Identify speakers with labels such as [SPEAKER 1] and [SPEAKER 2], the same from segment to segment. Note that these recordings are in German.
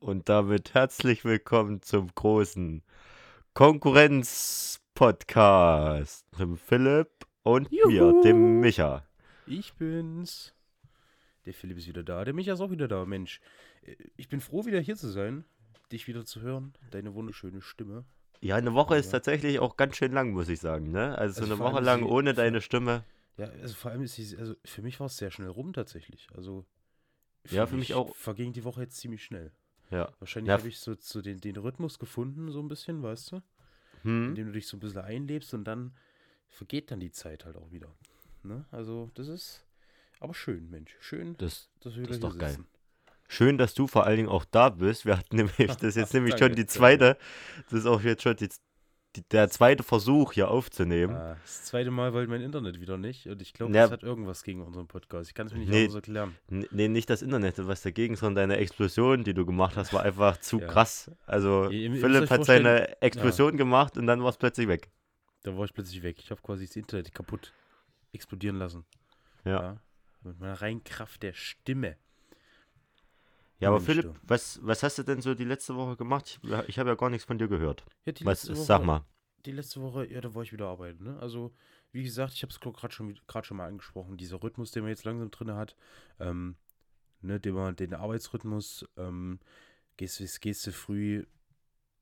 [SPEAKER 1] und damit herzlich willkommen zum großen Konkurrenz-Podcast mit dem Philipp und mir,
[SPEAKER 2] Juhu.
[SPEAKER 1] dem Micha.
[SPEAKER 2] Ich bin's. Der Philipp ist wieder da. Der Micha ist auch wieder da, Mensch. äh, Ich bin froh, wieder hier zu sein, dich wieder zu hören, deine wunderschöne Stimme.
[SPEAKER 1] Ja, eine Woche ist
[SPEAKER 2] Ja.
[SPEAKER 1] tatsächlich auch ganz schön lang, muss ich sagen, ne? Also, so
[SPEAKER 2] Also
[SPEAKER 1] eine
[SPEAKER 2] vor allem
[SPEAKER 1] Woche lang
[SPEAKER 2] sie-
[SPEAKER 1] ohne deine Stimme.
[SPEAKER 2] Ja, also vor allem ist sie, also für mich war es sehr schnell rum tatsächlich. Also
[SPEAKER 1] Ja, für mich auch.
[SPEAKER 2] Verging die Woche jetzt ziemlich schnell.
[SPEAKER 1] Ja.
[SPEAKER 2] Wahrscheinlich
[SPEAKER 1] Ja,
[SPEAKER 2] habe ich so, so den, den Rhythmus gefunden, so ein bisschen, weißt du?
[SPEAKER 1] Hm?
[SPEAKER 2] Indem du dich so ein bisschen einlebst und dann vergeht dann die Zeit halt auch wieder. Ne? Also, das ist aber schön, Mensch. Schön,
[SPEAKER 1] Das
[SPEAKER 2] dass wir wieder
[SPEAKER 1] das ist
[SPEAKER 2] hier
[SPEAKER 1] doch geil.
[SPEAKER 2] sitzen.
[SPEAKER 1] Schön, dass du vor allen Dingen auch da bist. Wir hatten nämlich, das ist jetzt nämlich schon
[SPEAKER 2] Danke,
[SPEAKER 1] die
[SPEAKER 2] danke.
[SPEAKER 1] zweite, das ist auch jetzt schon die, die, der zweite Versuch hier aufzunehmen.
[SPEAKER 2] Ah, das zweite Mal wollte mein Internet wieder nicht und ich glaube,
[SPEAKER 1] Hm? Ja.
[SPEAKER 2] das hat irgendwas gegen unseren Podcast. Ich kann es mir nicht
[SPEAKER 1] Nee.
[SPEAKER 2] anders erklären.
[SPEAKER 1] N- Nee, nicht das Internet und was dagegen, sondern deine Explosion, die du gemacht hast, war einfach zu
[SPEAKER 2] Ja.
[SPEAKER 1] krass. Also
[SPEAKER 2] Ihr- ihr müsst
[SPEAKER 1] Philipp
[SPEAKER 2] euch
[SPEAKER 1] hat seine Explosion gemacht und dann war es plötzlich weg.
[SPEAKER 2] Da war ich plötzlich weg. Ich habe quasi das Internet kaputt explodieren lassen.
[SPEAKER 1] Ja.
[SPEAKER 2] Ja. Mit meiner reinen Kraft der Stimme.
[SPEAKER 1] Ja, aber
[SPEAKER 2] Mensch,
[SPEAKER 1] Philipp,
[SPEAKER 2] du.
[SPEAKER 1] was, was hast du denn so die letzte Woche gemacht? Ich, ich habe ja gar nichts von dir gehört.
[SPEAKER 2] Ja, die
[SPEAKER 1] Was,
[SPEAKER 2] letzte Woche,
[SPEAKER 1] sag mal.
[SPEAKER 2] Die letzte Woche, ja, da war ich wieder arbeiten. Ne? Also, wie gesagt, ich habe es gerade schon, grad schon mal angesprochen. Dieser Rhythmus, den man jetzt langsam drin hat, ähm, ne, den, man, den Arbeitsrhythmus, ähm, gehst, du- gehst du früh,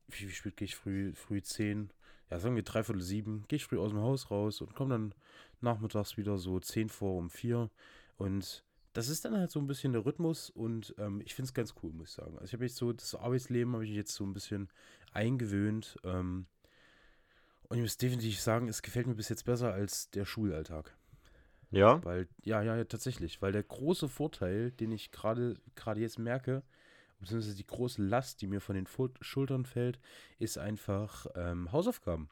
[SPEAKER 2] wie, wie spät gehe ich früh? Früh 10, ja, sagen wir dreiviertel sieben, gehe ich früh aus dem Haus raus und komme dann nachmittags wieder so 10 vor um 4. Und das ist dann halt so ein bisschen der Rhythmus und ähm, ich finde es ganz cool, muss ich sagen. Also ich habe jetzt so, das Arbeitsleben habe ich jetzt so ein bisschen eingewöhnt. Ähm, und ich muss definitiv sagen, es gefällt mir bis jetzt besser als der Schulalltag.
[SPEAKER 1] Ja?
[SPEAKER 2] Weil, ja, ja, ja, tatsächlich. Weil der große Vorteil, den ich gerade gerade jetzt merke, beziehungsweise die große Last, die mir von den Fol- Schultern fällt, ist einfach ähm, Hausaufgaben.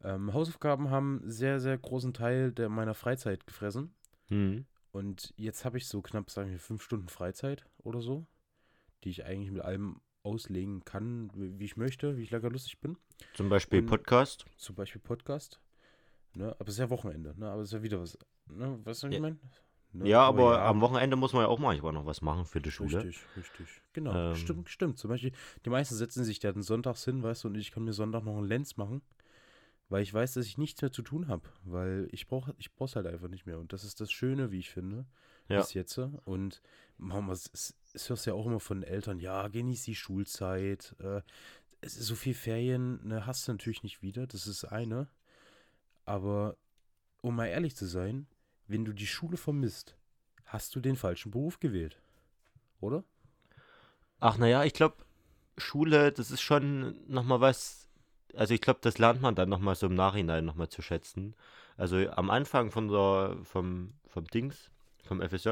[SPEAKER 2] Ähm, Hausaufgaben haben sehr, sehr großen Teil der, meiner Freizeit gefressen.
[SPEAKER 1] Hm.
[SPEAKER 2] Und jetzt habe ich so knapp, sagen wir, fünf Stunden Freizeit oder so, die ich eigentlich mit allem auslegen kann, wie wie ich möchte, wie ich lecker lustig bin
[SPEAKER 1] Zum Beispiel
[SPEAKER 2] Und-
[SPEAKER 1] Podcast.
[SPEAKER 2] zum Beispiel Podcast. Ne? Aber es ist ja Wochenende, ne? Aber es ist ja wieder was. Ne? Weißt du, was ich
[SPEAKER 1] Ja.
[SPEAKER 2] meine? Ne?
[SPEAKER 1] Ja, aber am
[SPEAKER 2] ja,
[SPEAKER 1] Wochenende muss man ja auch manchmal noch was machen für die Schule.
[SPEAKER 2] Richtig, richtig. Genau.
[SPEAKER 1] Ähm.
[SPEAKER 2] Stimmt, stimmt. Zum Beispiel, die meisten setzen sich dann sonntags hin, weißt du, und ich kann mir Sonntag noch einen Lenz machen, weil ich weiß, dass ich nichts mehr zu tun habe. Weil ich brauche ich brauch's halt einfach nicht mehr. Und das ist das Schöne, wie ich finde.
[SPEAKER 1] Ja.
[SPEAKER 2] Bis jetzt. Und Mama, es, es, es hörst du ja auch immer von Eltern, ja, genieß die Schulzeit. Äh, es ist so viel Ferien ne, hast du natürlich nicht wieder, das ist eine. Aber um mal ehrlich zu sein, wenn du die Schule vermisst, hast du den falschen Beruf gewählt. Oder?
[SPEAKER 1] Ach naja, ich glaube, Schule, das ist schon nochmal was, also ich glaube, das lernt man dann nochmal so im Nachhinein nochmal zu schätzen. Also am Anfang von der, vom, vom Dings, vom FSJ,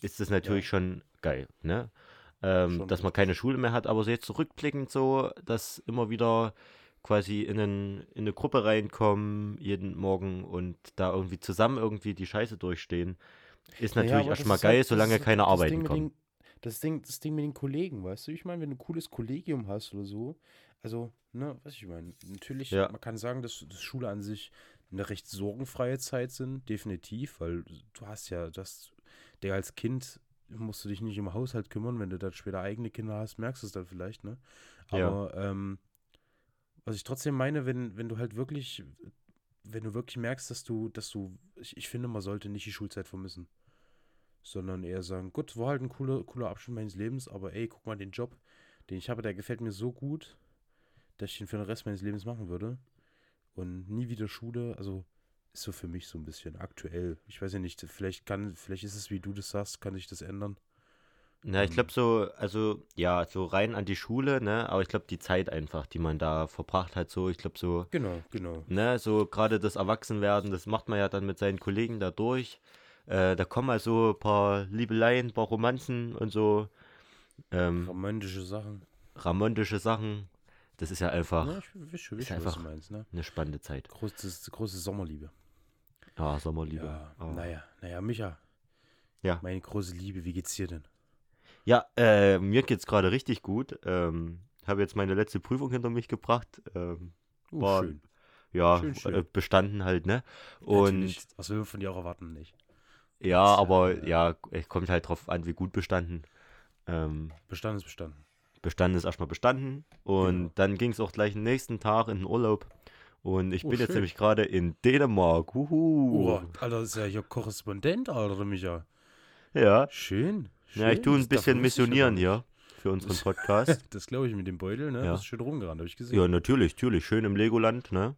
[SPEAKER 1] ist das natürlich
[SPEAKER 2] Ja.
[SPEAKER 1] schon geil, ne? Ähm,
[SPEAKER 2] Schon
[SPEAKER 1] dass man keine Schule mehr hat, aber so jetzt zurückblickend so, dass immer wieder quasi in, einen, in eine Gruppe reinkommen, jeden Morgen und da irgendwie zusammen irgendwie die Scheiße durchstehen, ist natürlich erstmal
[SPEAKER 2] halt
[SPEAKER 1] geil, solange keine arbeiten kommen.
[SPEAKER 2] das, Ding, das Ding mit den Kollegen, weißt du? Ich meine, wenn du ein cooles Kollegium hast oder so, also, ne, was ich meine, natürlich,
[SPEAKER 1] Ja.
[SPEAKER 2] man kann sagen, dass, dass Schule an sich eine recht sorgenfreie Zeit sind, definitiv, weil du hast ja das, der als Kind musst du dich nicht im Haushalt kümmern, wenn du dann später eigene Kinder hast, merkst du es dann vielleicht, ne?
[SPEAKER 1] Ja.
[SPEAKER 2] Aber ähm, was ich trotzdem meine, wenn, wenn du halt wirklich, wenn du wirklich merkst, dass du, dass du, ich, ich finde, man sollte nicht die Schulzeit vermissen. Sondern eher sagen, gut, war halt ein cooler, cooler Abschnitt meines Lebens, aber ey, guck mal, den Job, den ich habe, der gefällt mir so gut, dass ich den für den Rest meines Lebens machen würde. Und nie wieder Schule, also ist so für mich so ein bisschen aktuell. Ich weiß ja nicht, vielleicht kann, vielleicht ist es, wie du das sagst, kann sich das ändern.
[SPEAKER 1] Na, ich
[SPEAKER 2] Ähm.
[SPEAKER 1] glaube so, also ja, so rein an die Schule, ne, aber ich glaube die Zeit einfach, die man da verbracht hat, so, ich glaube so,
[SPEAKER 2] Genau, genau.
[SPEAKER 1] ne, so gerade das Erwachsenwerden, das macht man ja dann mit seinen Kollegen da durch. Äh, da kommen also ein paar Liebeleien, ein paar Romanzen und so, ähm,
[SPEAKER 2] Romantische Sachen.
[SPEAKER 1] ramontische Sachen. Das ist ja einfach
[SPEAKER 2] Ja, ich weiß schon, weiß
[SPEAKER 1] ist
[SPEAKER 2] schon, was du
[SPEAKER 1] einfach-
[SPEAKER 2] meinst, ne?
[SPEAKER 1] eine spannende Zeit.
[SPEAKER 2] Großes, große Sommerliebe.
[SPEAKER 1] Ah, Sommerliebe.
[SPEAKER 2] Ja,
[SPEAKER 1] Ah.
[SPEAKER 2] naja, naja, Micha.
[SPEAKER 1] Ja.
[SPEAKER 2] Meine große Liebe, wie geht's dir denn?
[SPEAKER 1] Ja, äh, mir geht's gerade richtig gut. Ähm, habe jetzt meine letzte Prüfung hinter mich gebracht. Ähm,
[SPEAKER 2] Uh,
[SPEAKER 1] Boah,
[SPEAKER 2] schön.
[SPEAKER 1] ja,
[SPEAKER 2] Schön, schön.
[SPEAKER 1] äh, bestanden halt, ne? Und
[SPEAKER 2] Natürlich. was will man von dir auch erwarten, nicht?
[SPEAKER 1] Ja,
[SPEAKER 2] Das,
[SPEAKER 1] aber
[SPEAKER 2] äh,
[SPEAKER 1] ja, es kommt halt drauf an, wie gut bestanden. Ähm,
[SPEAKER 2] Bestand ist bestanden.
[SPEAKER 1] Bestanden ist erstmal bestanden. Und
[SPEAKER 2] Genau.
[SPEAKER 1] dann ging es auch gleich am nächsten Tag in den Urlaub. Und ich
[SPEAKER 2] Oh,
[SPEAKER 1] bin jetzt
[SPEAKER 2] schön.
[SPEAKER 1] nämlich gerade in Dänemark. Uhu.
[SPEAKER 2] Oh, Alter, das ist ja hier Korrespondent, Alter, Micha.
[SPEAKER 1] Ja.
[SPEAKER 2] Schön. schön.
[SPEAKER 1] ja, ich tue ein bisschen
[SPEAKER 2] Das- davon wusste ich ja gar
[SPEAKER 1] missionieren
[SPEAKER 2] nicht.
[SPEAKER 1] hier für unseren Podcast.
[SPEAKER 2] Das glaube ich mit dem Beutel, ne?
[SPEAKER 1] Ja.
[SPEAKER 2] Das ist schön rumgerannt, habe ich gesehen.
[SPEAKER 1] ja, natürlich, natürlich. Schön im Legoland, ne?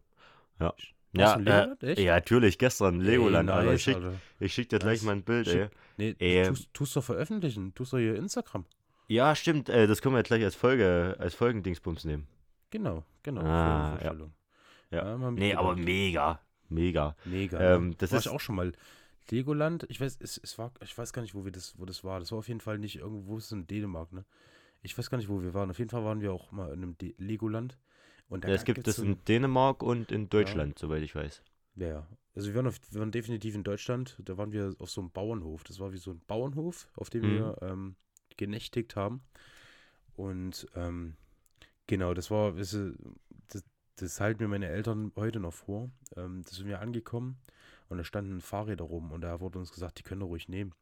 [SPEAKER 1] Ja. Ja,
[SPEAKER 2] im
[SPEAKER 1] äh,
[SPEAKER 2] Legoland? Echt?
[SPEAKER 1] ja, natürlich, gestern
[SPEAKER 2] Ey,
[SPEAKER 1] Legoland, Alter. Ich
[SPEAKER 2] nice,
[SPEAKER 1] schick,
[SPEAKER 2] Alter.
[SPEAKER 1] ich schick dir gleich
[SPEAKER 2] Nice.
[SPEAKER 1] mal ein Bild,
[SPEAKER 2] Schick-
[SPEAKER 1] ey.
[SPEAKER 2] Nee,
[SPEAKER 1] Ähm,
[SPEAKER 2] tust, tust doch veröffentlichen. Tust doch hier Instagram.
[SPEAKER 1] Ja, stimmt, äh, das können wir jetzt gleich als Folge, als Folgendingsbums nehmen.
[SPEAKER 2] Genau, genau.
[SPEAKER 1] Ah, ja.
[SPEAKER 2] Filmvorstellung.
[SPEAKER 1] Ja.
[SPEAKER 2] mal
[SPEAKER 1] Nee, aber
[SPEAKER 2] mitgedacht.
[SPEAKER 1] mega. Mega.
[SPEAKER 2] mega.
[SPEAKER 1] Ähm, das
[SPEAKER 2] war
[SPEAKER 1] ist
[SPEAKER 2] ich auch schon mal. Legoland, ich weiß, es, es war, ich weiß gar nicht, wo wir das, wo das war. Das war auf jeden Fall nicht irgendwo, wo ist es in Dänemark, ne? Ich weiß gar nicht, wo wir waren. Auf jeden Fall waren wir auch mal in einem De Legoland. Und da
[SPEAKER 1] Ja, es gibt
[SPEAKER 2] gibt's
[SPEAKER 1] es
[SPEAKER 2] so
[SPEAKER 1] in Dänemark und in Deutschland, soweit ich weiß.
[SPEAKER 2] Ja, ja. Also wir waren, auf, wir waren definitiv in Deutschland. Da waren wir auf so einem Bauernhof. Das war wie so ein Bauernhof, auf dem
[SPEAKER 1] Mhm.
[SPEAKER 2] wir ähm, genächtigt haben. Und ähm, genau, das war, weißt du, das, das halten mir meine Eltern heute noch vor. Ähm, da sind wir angekommen und da standen Fahrräder rum und da wurde uns gesagt, die können wir ruhig nehmen.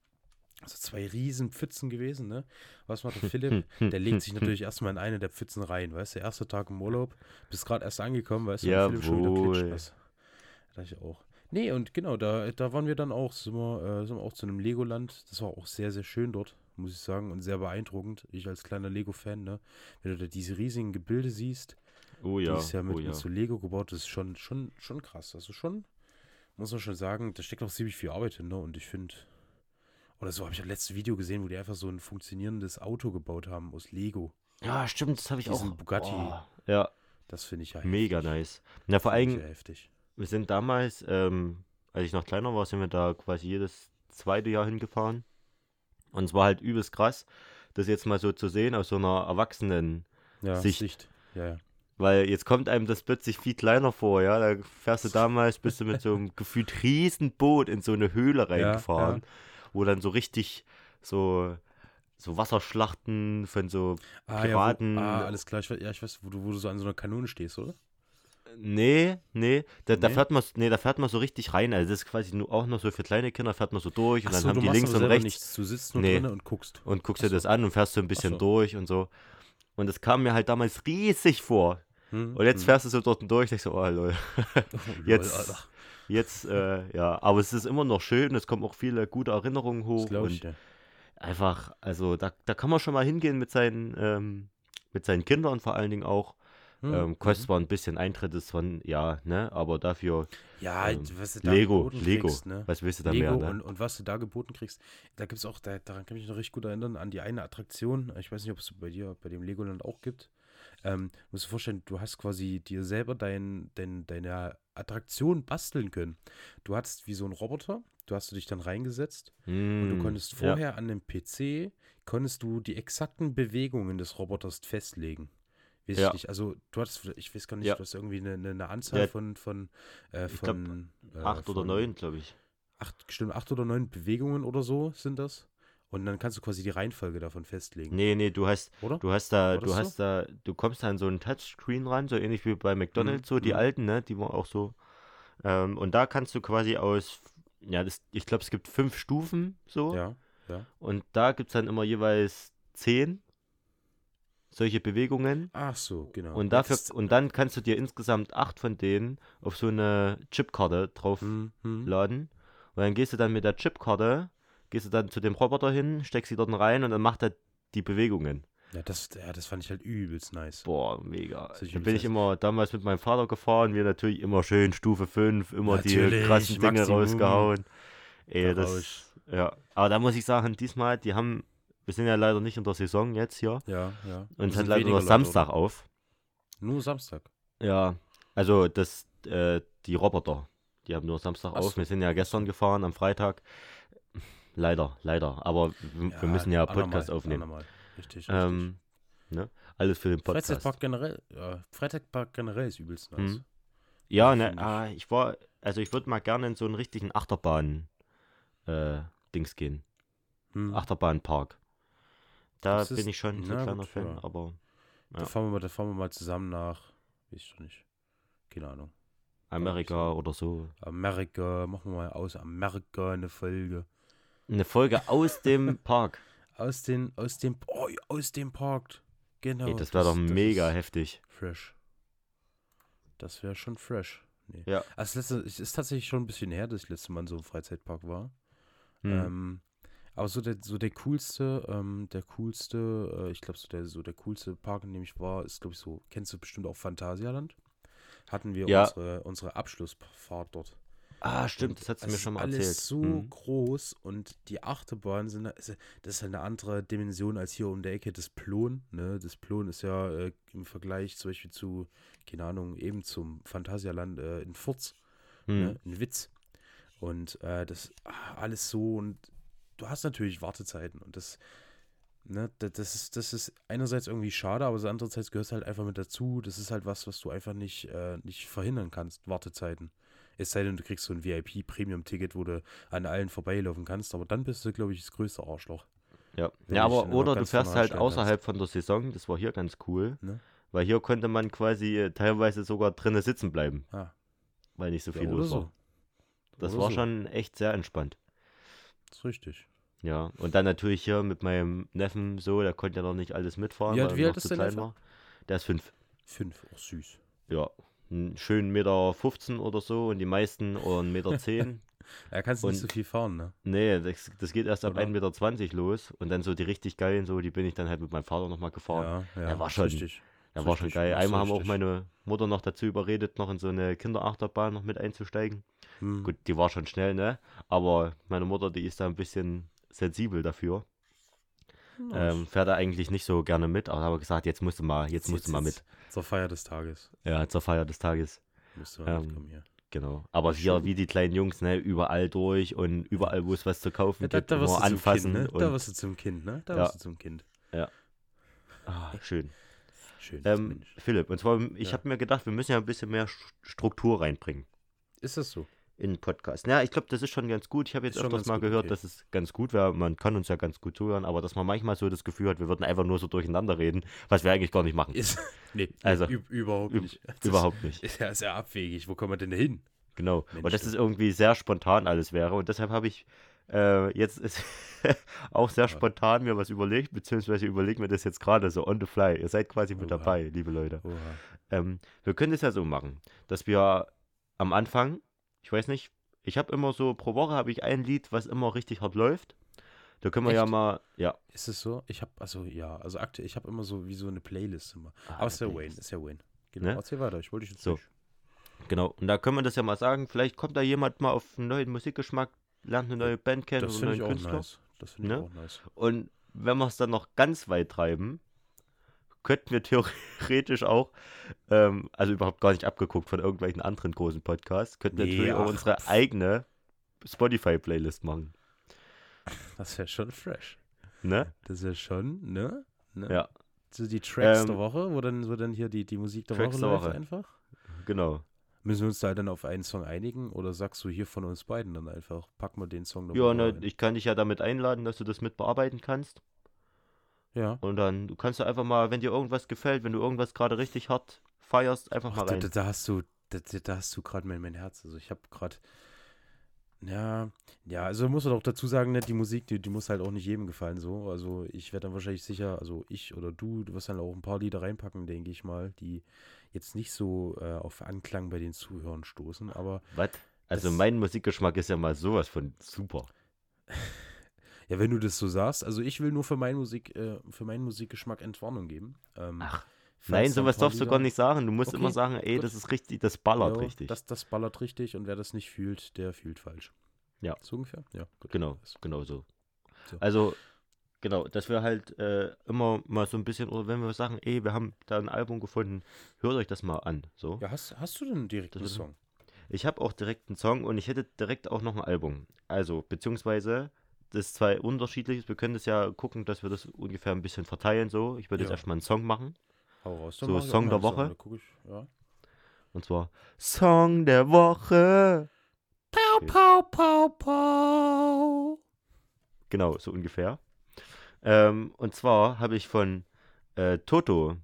[SPEAKER 2] Also zwei riesen Pfützen gewesen, ne? Was macht der Philipp? Der legt sich natürlich erstmal in eine der Pfützen rein, weißt du? Erster Tag im Urlaub, bist gerade erst angekommen, weißt du? und Philipp schon wieder
[SPEAKER 1] Jawohl.
[SPEAKER 2] klitschnass. Da ich auch. Nee, und genau, da, da waren wir dann auch, sind wir, äh, sind wir auch zu einem Legoland. Das war auch sehr, sehr schön dort, muss ich sagen, und sehr beeindruckend. Ich als kleiner Lego-Fan, ne? Wenn du da diese riesigen Gebilde siehst,
[SPEAKER 1] Oh
[SPEAKER 2] die
[SPEAKER 1] ja,
[SPEAKER 2] ist ja mit,
[SPEAKER 1] oh ja.
[SPEAKER 2] mit so Lego gebaut, das ist schon, schon, schon krass. Also schon, muss man schon sagen, da steckt auch ziemlich viel Arbeit hinter und ich finde. Oder so habe ich das letzte Video gesehen, wo die einfach so ein funktionierendes Auto gebaut haben aus Lego.
[SPEAKER 1] Ja, stimmt, das habe ich auch.
[SPEAKER 2] Diesen Bugatti.
[SPEAKER 1] Boah. Ja,
[SPEAKER 2] Das finde ich ja
[SPEAKER 1] mega
[SPEAKER 2] heftig.
[SPEAKER 1] nice. Na, vor
[SPEAKER 2] Finde ich
[SPEAKER 1] allem,
[SPEAKER 2] ja heftig.
[SPEAKER 1] wir sind damals, ähm, als ich noch kleiner war, sind wir da quasi jedes zweite Jahr hingefahren. Und es war halt übelst krass, das jetzt mal so zu sehen aus so einer Erwachsenen.
[SPEAKER 2] Ja,
[SPEAKER 1] Sicht.
[SPEAKER 2] Ja, ja.
[SPEAKER 1] Weil jetzt kommt einem das plötzlich viel kleiner vor, ja. Da fährst du damals, bist du mit so einem gefühlt riesen Boot in so eine Höhle reingefahren, wo dann so richtig so, so Wasserschlachten von so,
[SPEAKER 2] Ah,
[SPEAKER 1] Piraten-
[SPEAKER 2] Ja, wo, ah, alles klar. Ich, we- ja, ich weiß, wo du, wo du so an so einer Kanone stehst, oder?
[SPEAKER 1] nee, nee, da, da
[SPEAKER 2] Nee?
[SPEAKER 1] fährt man, nee, da fährt man so richtig rein. Also das ist quasi nur auch noch so für kleine Kinder, fährt man so durch und
[SPEAKER 2] Ach
[SPEAKER 1] dann
[SPEAKER 2] so,
[SPEAKER 1] haben
[SPEAKER 2] du
[SPEAKER 1] die
[SPEAKER 2] machst
[SPEAKER 1] links
[SPEAKER 2] aber
[SPEAKER 1] und
[SPEAKER 2] selber
[SPEAKER 1] rechts
[SPEAKER 2] nichts. Du sitzt nur
[SPEAKER 1] Nee.
[SPEAKER 2] drinnen und guckst.
[SPEAKER 1] und guckst
[SPEAKER 2] Ach
[SPEAKER 1] dir das an und fährst so ein bisschen
[SPEAKER 2] so.
[SPEAKER 1] durch und so. Und das kam mir halt damals riesig vor.
[SPEAKER 2] Hm?
[SPEAKER 1] Und jetzt
[SPEAKER 2] Hm.
[SPEAKER 1] fährst du so dort durch, denkst du, oh lol.
[SPEAKER 2] Oh, lol,
[SPEAKER 1] jetzt-
[SPEAKER 2] Alter.
[SPEAKER 1] Jetzt, äh, ja, aber es ist immer noch schön, es kommen auch viele gute Erinnerungen
[SPEAKER 2] Das
[SPEAKER 1] hoch
[SPEAKER 2] glaube ich.
[SPEAKER 1] und
[SPEAKER 2] Ja.
[SPEAKER 1] einfach, also da, da kann man schon mal hingehen mit seinen, ähm, mit seinen Kindern vor allen Dingen auch.
[SPEAKER 2] Hm.
[SPEAKER 1] Ähm, kostet zwar ein bisschen Eintritt, ist zwar, ein- ja, ne, aber dafür
[SPEAKER 2] ja,
[SPEAKER 1] ähm,
[SPEAKER 2] was du da
[SPEAKER 1] Lego,
[SPEAKER 2] geboten
[SPEAKER 1] Lego,
[SPEAKER 2] kriegst, ne?
[SPEAKER 1] was willst du da
[SPEAKER 2] Lego
[SPEAKER 1] mehr, ne?
[SPEAKER 2] und, und was du da geboten kriegst, da gibt es auch, da, daran kann ich mich noch richtig gut erinnern, an die eine Attraktion, ich weiß nicht, ob es bei dir, bei dem Legoland auch gibt, ähm, musst du dir vorstellen, du hast quasi dir selber dein, dein, deine Attraktion basteln können. Du hattest wie so einen Roboter, du hast du dich dann reingesetzt und du
[SPEAKER 1] Mm,
[SPEAKER 2] konntest
[SPEAKER 1] ja.
[SPEAKER 2] vorher an dem PC, konntest du die exakten Bewegungen des Roboters festlegen. Weiß
[SPEAKER 1] Ja.
[SPEAKER 2] ich nicht. Also du hattest, ich weiß gar nicht,
[SPEAKER 1] Ja.
[SPEAKER 2] du hast irgendwie eine, eine, eine Anzahl
[SPEAKER 1] Ja.
[SPEAKER 2] von, von, äh,
[SPEAKER 1] Ich glaub,
[SPEAKER 2] von äh,
[SPEAKER 1] acht oder
[SPEAKER 2] von-
[SPEAKER 1] neun, glaube ich.
[SPEAKER 2] acht, stimmt, acht oder neun Bewegungen oder so sind das. Und dann kannst du quasi die Reihenfolge davon festlegen,
[SPEAKER 1] Nee, nee, du hast,
[SPEAKER 2] oder?
[SPEAKER 1] du hast da,
[SPEAKER 2] War das
[SPEAKER 1] du hast da, du kommst da an so einen Touchscreen ran, so ähnlich wie bei McDonalds, so die
[SPEAKER 2] mhm.
[SPEAKER 1] alten, ne, die waren auch so. Ähm, und da kannst du quasi aus, ja, das, ich glaube, es gibt fünf Stufen, so.
[SPEAKER 2] Ja.
[SPEAKER 1] Und da gibt es dann immer jeweils zehn solche Bewegungen.
[SPEAKER 2] Ach so, genau.
[SPEAKER 1] Und,
[SPEAKER 2] Ja,
[SPEAKER 1] dafür,
[SPEAKER 2] das-
[SPEAKER 1] und dann kannst du dir insgesamt acht von denen auf so eine Chipkarte draufladen.
[SPEAKER 2] Hm, hm.
[SPEAKER 1] Und dann gehst du dann mit der Chipkarte, gehst du dann zu dem Roboter hin, steckst sie dort rein und dann macht er die Bewegungen.
[SPEAKER 2] Ja, das, ja, das fand ich halt übelst nice.
[SPEAKER 1] Boah, mega.
[SPEAKER 2] Das ist
[SPEAKER 1] Dann bin ich
[SPEAKER 2] übelst
[SPEAKER 1] immer damals mit meinem Vater gefahren, wir natürlich immer schön Stufe 5, immer
[SPEAKER 2] Natürlich,
[SPEAKER 1] die krassen Dinge
[SPEAKER 2] Maximum.
[SPEAKER 1] rausgehauen. Ey,
[SPEAKER 2] Der
[SPEAKER 1] das, ja. Aber da muss ich sagen, diesmal, die haben, wir sind ja leider nicht in der Saison jetzt hier.
[SPEAKER 2] Ja, ja.
[SPEAKER 1] Und es
[SPEAKER 2] Das sind
[SPEAKER 1] hat leider
[SPEAKER 2] weniger
[SPEAKER 1] nur
[SPEAKER 2] Leute,
[SPEAKER 1] Samstag auf.
[SPEAKER 2] oder? Nur Samstag.
[SPEAKER 1] Ja. Also das, äh, die Roboter, die haben nur Samstag
[SPEAKER 2] Ach
[SPEAKER 1] auf.
[SPEAKER 2] so.
[SPEAKER 1] Wir sind ja gestern gefahren am Freitag. Leider, leider. Aber w- wir müssen ja Podcast
[SPEAKER 2] andermal,
[SPEAKER 1] aufnehmen.
[SPEAKER 2] Andermal. Richtig, richtig.
[SPEAKER 1] Ähm, ne? Alles für den Podcast.
[SPEAKER 2] Freizeitpark generell, ja, Freizeitpark generell ist übelst nice.
[SPEAKER 1] Hm. Ja,
[SPEAKER 2] Ja,
[SPEAKER 1] ne,
[SPEAKER 2] find ich.
[SPEAKER 1] ah, ich war, also ich würde mal gerne in so einen richtigen Achterbahn äh, Dings gehen.
[SPEAKER 2] Hm.
[SPEAKER 1] Achterbahnpark. Da
[SPEAKER 2] Das ist-
[SPEAKER 1] bin ich schon so
[SPEAKER 2] na
[SPEAKER 1] ein kleiner
[SPEAKER 2] gut,
[SPEAKER 1] Fan,
[SPEAKER 2] ja.
[SPEAKER 1] aber
[SPEAKER 2] Da,
[SPEAKER 1] ja.
[SPEAKER 2] fahren wir, mal- da fahren wir mal zusammen nach, weiß ich schon nicht. Keine Ahnung.
[SPEAKER 1] Amerika oder so.
[SPEAKER 2] Amerika, machen wir mal aus Amerika eine Folge.
[SPEAKER 1] Eine Folge aus dem Park.
[SPEAKER 2] Aus den, aus dem, oh, aus dem Park. Genau.
[SPEAKER 1] Ey, das war doch
[SPEAKER 2] das
[SPEAKER 1] mega
[SPEAKER 2] ist
[SPEAKER 1] heftig.
[SPEAKER 2] Fresh. Das wäre schon fresh. Nee.
[SPEAKER 1] Ja.
[SPEAKER 2] Also das letzte, es ist tatsächlich schon ein bisschen her, dass ich letzte Mal in so einem Freizeitpark war.
[SPEAKER 1] Hm.
[SPEAKER 2] Ähm, aber so der, so der coolste, ähm, der coolste, äh, ich glaube so der, so der coolste Park, in dem ich war, ist glaube ich so, kennst du bestimmt auch Phantasialand? Hatten wir
[SPEAKER 1] Ja.
[SPEAKER 2] unsere, unsere Abschlussfahrt dort.
[SPEAKER 1] ah,
[SPEAKER 2] Und
[SPEAKER 1] stimmt, das hat sie
[SPEAKER 2] Also es
[SPEAKER 1] mir
[SPEAKER 2] ist
[SPEAKER 1] schon mal
[SPEAKER 2] alles
[SPEAKER 1] erzählt.
[SPEAKER 2] so
[SPEAKER 1] Mhm.
[SPEAKER 2] groß und die Achterbahnen sind, ist- das ist halt eine andere Dimension als hier um der Ecke das Plon. Ne? Das Plon ist ja äh, im Vergleich zum Beispiel zu, keine Ahnung, eben zum Phantasialand äh, in Furz
[SPEAKER 1] Mhm.
[SPEAKER 2] ne? ein Witz. Und äh, das ah, alles so und du hast natürlich Wartezeiten und das, ne, da- das ist, das ist einerseits irgendwie schade, aber so andererseits gehört es halt einfach mit dazu. Das ist halt was, was du einfach nicht, äh, nicht verhindern kannst, Wartezeiten. Es sei denn, du kriegst so ein VIP-Premium-Ticket, wo du an allen vorbeilaufen kannst, aber dann bist du, glaube ich, das größte Arschloch.
[SPEAKER 1] Ja,
[SPEAKER 2] Wenn
[SPEAKER 1] ja
[SPEAKER 2] ich
[SPEAKER 1] aber
[SPEAKER 2] den auch
[SPEAKER 1] oder du
[SPEAKER 2] ganz
[SPEAKER 1] fährst
[SPEAKER 2] normal
[SPEAKER 1] halt
[SPEAKER 2] stellen kannst.
[SPEAKER 1] außerhalb von der Saison, das war hier ganz cool,
[SPEAKER 2] Ne?
[SPEAKER 1] weil hier konnte man quasi äh, teilweise sogar drinnen sitzen bleiben,
[SPEAKER 2] Ah,
[SPEAKER 1] weil nicht so
[SPEAKER 2] ja,
[SPEAKER 1] viel
[SPEAKER 2] oder
[SPEAKER 1] los
[SPEAKER 2] so.
[SPEAKER 1] war. Das
[SPEAKER 2] Oder
[SPEAKER 1] war
[SPEAKER 2] so.
[SPEAKER 1] schon echt sehr entspannt.
[SPEAKER 2] Das ist richtig.
[SPEAKER 1] Ja, und dann natürlich hier mit meinem Neffen so, der konnte ja noch nicht alles mitfahren,
[SPEAKER 2] Wie alt-
[SPEAKER 1] weil
[SPEAKER 2] wie
[SPEAKER 1] er
[SPEAKER 2] alt
[SPEAKER 1] noch
[SPEAKER 2] ist
[SPEAKER 1] zu
[SPEAKER 2] dein
[SPEAKER 1] klein
[SPEAKER 2] Neffe?
[SPEAKER 1] war. Der ist fünf.
[SPEAKER 2] Fünf, auch süß.
[SPEAKER 1] Ja, einen schönen Meter 15 oder so und die meisten oder einen Meter 10.
[SPEAKER 2] Er kannst
[SPEAKER 1] Und-
[SPEAKER 2] nicht so viel fahren, ne?
[SPEAKER 1] Nee, das, das geht erst ab
[SPEAKER 2] Oder?
[SPEAKER 1] 1,20 Meter los und dann so die richtig geilen, so die bin ich dann halt mit meinem Vater nochmal gefahren.
[SPEAKER 2] ja.
[SPEAKER 1] Er war
[SPEAKER 2] ist
[SPEAKER 1] schon-
[SPEAKER 2] Richtig.
[SPEAKER 1] Ja,
[SPEAKER 2] Ist
[SPEAKER 1] war schon
[SPEAKER 2] richtig,
[SPEAKER 1] geil.
[SPEAKER 2] machst du
[SPEAKER 1] Einmal haben auch
[SPEAKER 2] richtig.
[SPEAKER 1] meine Mutter noch dazu überredet, noch in so eine Kinderachterbahn noch mit einzusteigen.
[SPEAKER 2] Hm.
[SPEAKER 1] Gut, die war schon schnell, ne? Aber meine Mutter, die ist da ein bisschen sensibel dafür.
[SPEAKER 2] Nice.
[SPEAKER 1] Ähm, fährt da eigentlich nicht so gerne mit, aber haben wir gesagt, jetzt musst du mal, jetzt musst du mal mit.
[SPEAKER 2] Zur Feier des Tages.
[SPEAKER 1] Ja, zur Feier des Tages.
[SPEAKER 2] Musst du mal
[SPEAKER 1] Ähm,
[SPEAKER 2] mitkommen hier.
[SPEAKER 1] Genau. Aber hier, wie die kleinen Jungs, ne, überall durch und überall, wo es was zu kaufen
[SPEAKER 2] Ja, da,
[SPEAKER 1] gibt,
[SPEAKER 2] da wirst
[SPEAKER 1] nur
[SPEAKER 2] du zum
[SPEAKER 1] anfassen
[SPEAKER 2] Kind, ne? Da
[SPEAKER 1] und
[SPEAKER 2] wirst du zum Kind, ne? Da
[SPEAKER 1] Ja.
[SPEAKER 2] wirst du zum Kind.
[SPEAKER 1] ah, schön.
[SPEAKER 2] Schön.
[SPEAKER 1] Ähm, Philipp, und zwar, ich
[SPEAKER 2] Ja.
[SPEAKER 1] habe mir gedacht, wir müssen ja ein bisschen mehr Sch- Struktur reinbringen.
[SPEAKER 2] Ist das so?
[SPEAKER 1] in den Podcast. Ja, ich glaube, das ist schon ganz gut. Ich habe jetzt
[SPEAKER 2] Ist schon
[SPEAKER 1] öfters
[SPEAKER 2] ganz
[SPEAKER 1] mal
[SPEAKER 2] gut,
[SPEAKER 1] gehört,
[SPEAKER 2] okay.
[SPEAKER 1] dass es ganz gut wäre. Man kann uns ja ganz gut zuhören, aber dass man manchmal so das Gefühl hat, wir würden einfach nur so durcheinander reden, was wir eigentlich gar nicht machen.
[SPEAKER 2] Ist, nee,
[SPEAKER 1] Also,
[SPEAKER 2] üb, überhaupt
[SPEAKER 1] üb-
[SPEAKER 2] nicht. Das
[SPEAKER 1] Überhaupt nicht.
[SPEAKER 2] Ist ja, ist ja abwegig. Wo kommen wir denn da hin?
[SPEAKER 1] Genau.
[SPEAKER 2] Mensch,
[SPEAKER 1] und dass
[SPEAKER 2] du.
[SPEAKER 1] es irgendwie sehr spontan alles wäre. Und deshalb habe ich äh, jetzt ist auch sehr spontan mir was überlegt, beziehungsweise überlegen wir das jetzt gerade so on the fly. Ihr seid quasi mit
[SPEAKER 2] Oha.
[SPEAKER 1] dabei, liebe Leute.
[SPEAKER 2] Oha.
[SPEAKER 1] Ähm, wir können es ja so machen, dass wir am Anfang, ich weiß nicht, ich habe immer so, pro Woche habe ich ein Lied, was immer richtig hart läuft. Da können wir ja
[SPEAKER 2] Echt?
[SPEAKER 1] mal, ja.
[SPEAKER 2] Ist es so? Ich habe, also ja, also aktuell, ich habe immer so wie so eine Playlist immer.
[SPEAKER 1] Ah,
[SPEAKER 2] Aber ist ja
[SPEAKER 1] okay.
[SPEAKER 2] Wayne, ist ja Wayne. Genau.
[SPEAKER 1] Ne?
[SPEAKER 2] Erzähl weiter, ich wollte dich jetzt
[SPEAKER 1] So.
[SPEAKER 2] nicht.
[SPEAKER 1] Genau, und da können wir das ja mal sagen. Vielleicht kommt da jemand mal auf einen neuen Musikgeschmack, lernt eine neue Band kennen
[SPEAKER 2] Das
[SPEAKER 1] oder
[SPEAKER 2] finde
[SPEAKER 1] einen
[SPEAKER 2] ich auch
[SPEAKER 1] neuen Künstler.
[SPEAKER 2] nice. Das finde ich
[SPEAKER 1] Ne?
[SPEAKER 2] auch nice.
[SPEAKER 1] Und wenn wir es dann noch ganz weit treiben, könnten wir theoretisch auch, ähm, also überhaupt gar nicht abgeguckt von irgendwelchen anderen großen Podcasts, könnten wir
[SPEAKER 2] Nee,
[SPEAKER 1] natürlich auch
[SPEAKER 2] ach,
[SPEAKER 1] unsere
[SPEAKER 2] pff.
[SPEAKER 1] eigene Spotify-Playlist machen.
[SPEAKER 2] Das wäre schon fresh.
[SPEAKER 1] Ne?
[SPEAKER 2] Das ist ja schon, ne? ne?
[SPEAKER 1] Ja.
[SPEAKER 2] So die Tracks
[SPEAKER 1] Ähm,
[SPEAKER 2] der Woche, wo dann, wo dann hier die, die Musik der
[SPEAKER 1] Tracks
[SPEAKER 2] Woche
[SPEAKER 1] der
[SPEAKER 2] läuft
[SPEAKER 1] Woche.
[SPEAKER 2] einfach.
[SPEAKER 1] Genau.
[SPEAKER 2] Müssen wir uns da dann auf einen Song einigen oder sagst du hier von uns beiden dann einfach, packen wir den Song
[SPEAKER 1] Ja,
[SPEAKER 2] mal
[SPEAKER 1] ne,
[SPEAKER 2] rein?
[SPEAKER 1] ich kann dich ja damit einladen, dass du das mit bearbeiten kannst.
[SPEAKER 2] ja.
[SPEAKER 1] Und dann du kannst du einfach mal, wenn dir irgendwas gefällt, wenn du irgendwas gerade richtig hart feierst, einfach
[SPEAKER 2] Ach,
[SPEAKER 1] mal
[SPEAKER 2] da, da,
[SPEAKER 1] rein.
[SPEAKER 2] da hast du, da, da- da hast du gerade mein, mein Herz. Also ich habe gerade, ja, ja, also muss man auch dazu sagen, ne, die Musik, die, die muss halt auch nicht jedem gefallen so. Also ich werde dann wahrscheinlich sicher, also ich oder du, du wirst dann auch ein paar Lieder reinpacken, denke ich mal, die jetzt nicht so äh, auf Anklang bei den Zuhörern stoßen, aber
[SPEAKER 1] Was? Also
[SPEAKER 2] Das-
[SPEAKER 1] mein Musikgeschmack ist ja mal sowas von super.
[SPEAKER 2] Ja, wenn du das so sagst, also ich will nur für meinen Musik, äh, für meinen Musikgeschmack Entwarnung geben. Ähm,
[SPEAKER 1] Ach,
[SPEAKER 2] falls
[SPEAKER 1] Nein,
[SPEAKER 2] da ein
[SPEAKER 1] sowas
[SPEAKER 2] paar
[SPEAKER 1] darfst du
[SPEAKER 2] Lieder-
[SPEAKER 1] gar nicht sagen. Du musst immer
[SPEAKER 2] Okay,
[SPEAKER 1] sagen, ey,
[SPEAKER 2] gut.
[SPEAKER 1] das ist richtig, das ballert
[SPEAKER 2] Ja,
[SPEAKER 1] richtig.
[SPEAKER 2] Das, das ballert richtig und wer das nicht fühlt, der fühlt falsch.
[SPEAKER 1] Ja.
[SPEAKER 2] So ungefähr? Ja, gut.
[SPEAKER 1] Genau,
[SPEAKER 2] Das-
[SPEAKER 1] genau so.
[SPEAKER 2] So.
[SPEAKER 1] Also, genau, dass wir halt äh, immer mal so ein bisschen, oder wenn wir sagen, ey, wir haben da ein Album gefunden, hört euch das mal an. So.
[SPEAKER 2] Ja, hast, hast du denn direkt
[SPEAKER 1] Das
[SPEAKER 2] einen
[SPEAKER 1] ist-
[SPEAKER 2] Song?
[SPEAKER 1] Ich habe auch direkt einen Song und ich hätte direkt auch noch ein Album. Also, beziehungsweise, das ist zwei unterschiedliches. Wir können das ja gucken, dass wir das ungefähr ein bisschen verteilen. So, ich würde jetzt
[SPEAKER 2] Ja.
[SPEAKER 1] erstmal einen Song machen.
[SPEAKER 2] Hau raus. dann
[SPEAKER 1] So,
[SPEAKER 2] mach ich auch
[SPEAKER 1] Song
[SPEAKER 2] mal
[SPEAKER 1] der
[SPEAKER 2] einen
[SPEAKER 1] Woche?
[SPEAKER 2] dann guck ich, ja.
[SPEAKER 1] Und zwar Song der Woche. Okay.
[SPEAKER 2] Pau, pau, pau.
[SPEAKER 1] Genau, so ungefähr. Ähm, und zwar habe ich von äh, Toto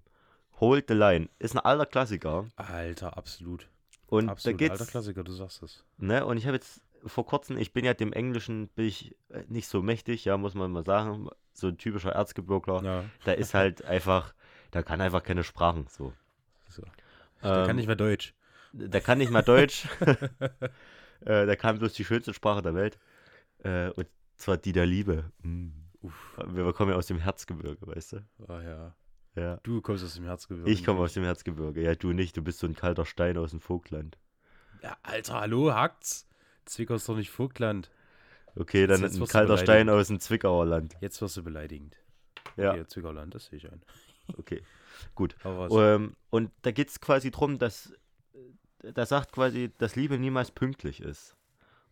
[SPEAKER 1] Hold the Line. Ist ein alter Klassiker.
[SPEAKER 2] Alter, absolut.
[SPEAKER 1] Und
[SPEAKER 2] absolut.
[SPEAKER 1] da
[SPEAKER 2] Alter
[SPEAKER 1] geht's.
[SPEAKER 2] Klassiker, du sagst es.
[SPEAKER 1] Ne, und ich habe jetzt vor kurzem, ich bin ja dem Englischen bin ich äh, nicht so mächtig, ja, muss man mal sagen. So ein typischer Erzgebirgler.
[SPEAKER 2] Ja.
[SPEAKER 1] Da ist halt einfach, der kann einfach keine Sprachen so.
[SPEAKER 2] So. Der
[SPEAKER 1] Ähm,
[SPEAKER 2] kann nicht mehr Deutsch.
[SPEAKER 1] der kann nicht mal Deutsch. äh, der kann bloß die schönste Sprache der Welt. Äh, und zwar die der Liebe. Mm.
[SPEAKER 2] Uff.
[SPEAKER 1] Wir kommen ja aus dem Herzgebirge, weißt du?
[SPEAKER 2] Ah ja.
[SPEAKER 1] Ja.
[SPEAKER 2] Du kommst aus dem Herzgebirge.
[SPEAKER 1] Ich komme aus dem Herzgebirge. Ja, du nicht. Du bist so ein kalter Stein aus dem Vogtland.
[SPEAKER 2] Ja, Alter, hallo, hackt's? Zwickau ist doch nicht Vogtland.
[SPEAKER 1] Okay, dann
[SPEAKER 2] Jetzt
[SPEAKER 1] ein
[SPEAKER 2] wirst du
[SPEAKER 1] kalter Stein
[SPEAKER 2] beleidigt.
[SPEAKER 1] aus dem Zwickauer Land.
[SPEAKER 2] Jetzt wirst du beleidigend.
[SPEAKER 1] Ja,
[SPEAKER 2] Okay, Zwickauland, das sehe ich ein.
[SPEAKER 1] okay.
[SPEAKER 2] Aber was?
[SPEAKER 1] Ähm, und da geht es quasi drum, dass da sagt quasi, dass Liebe niemals pünktlich ist.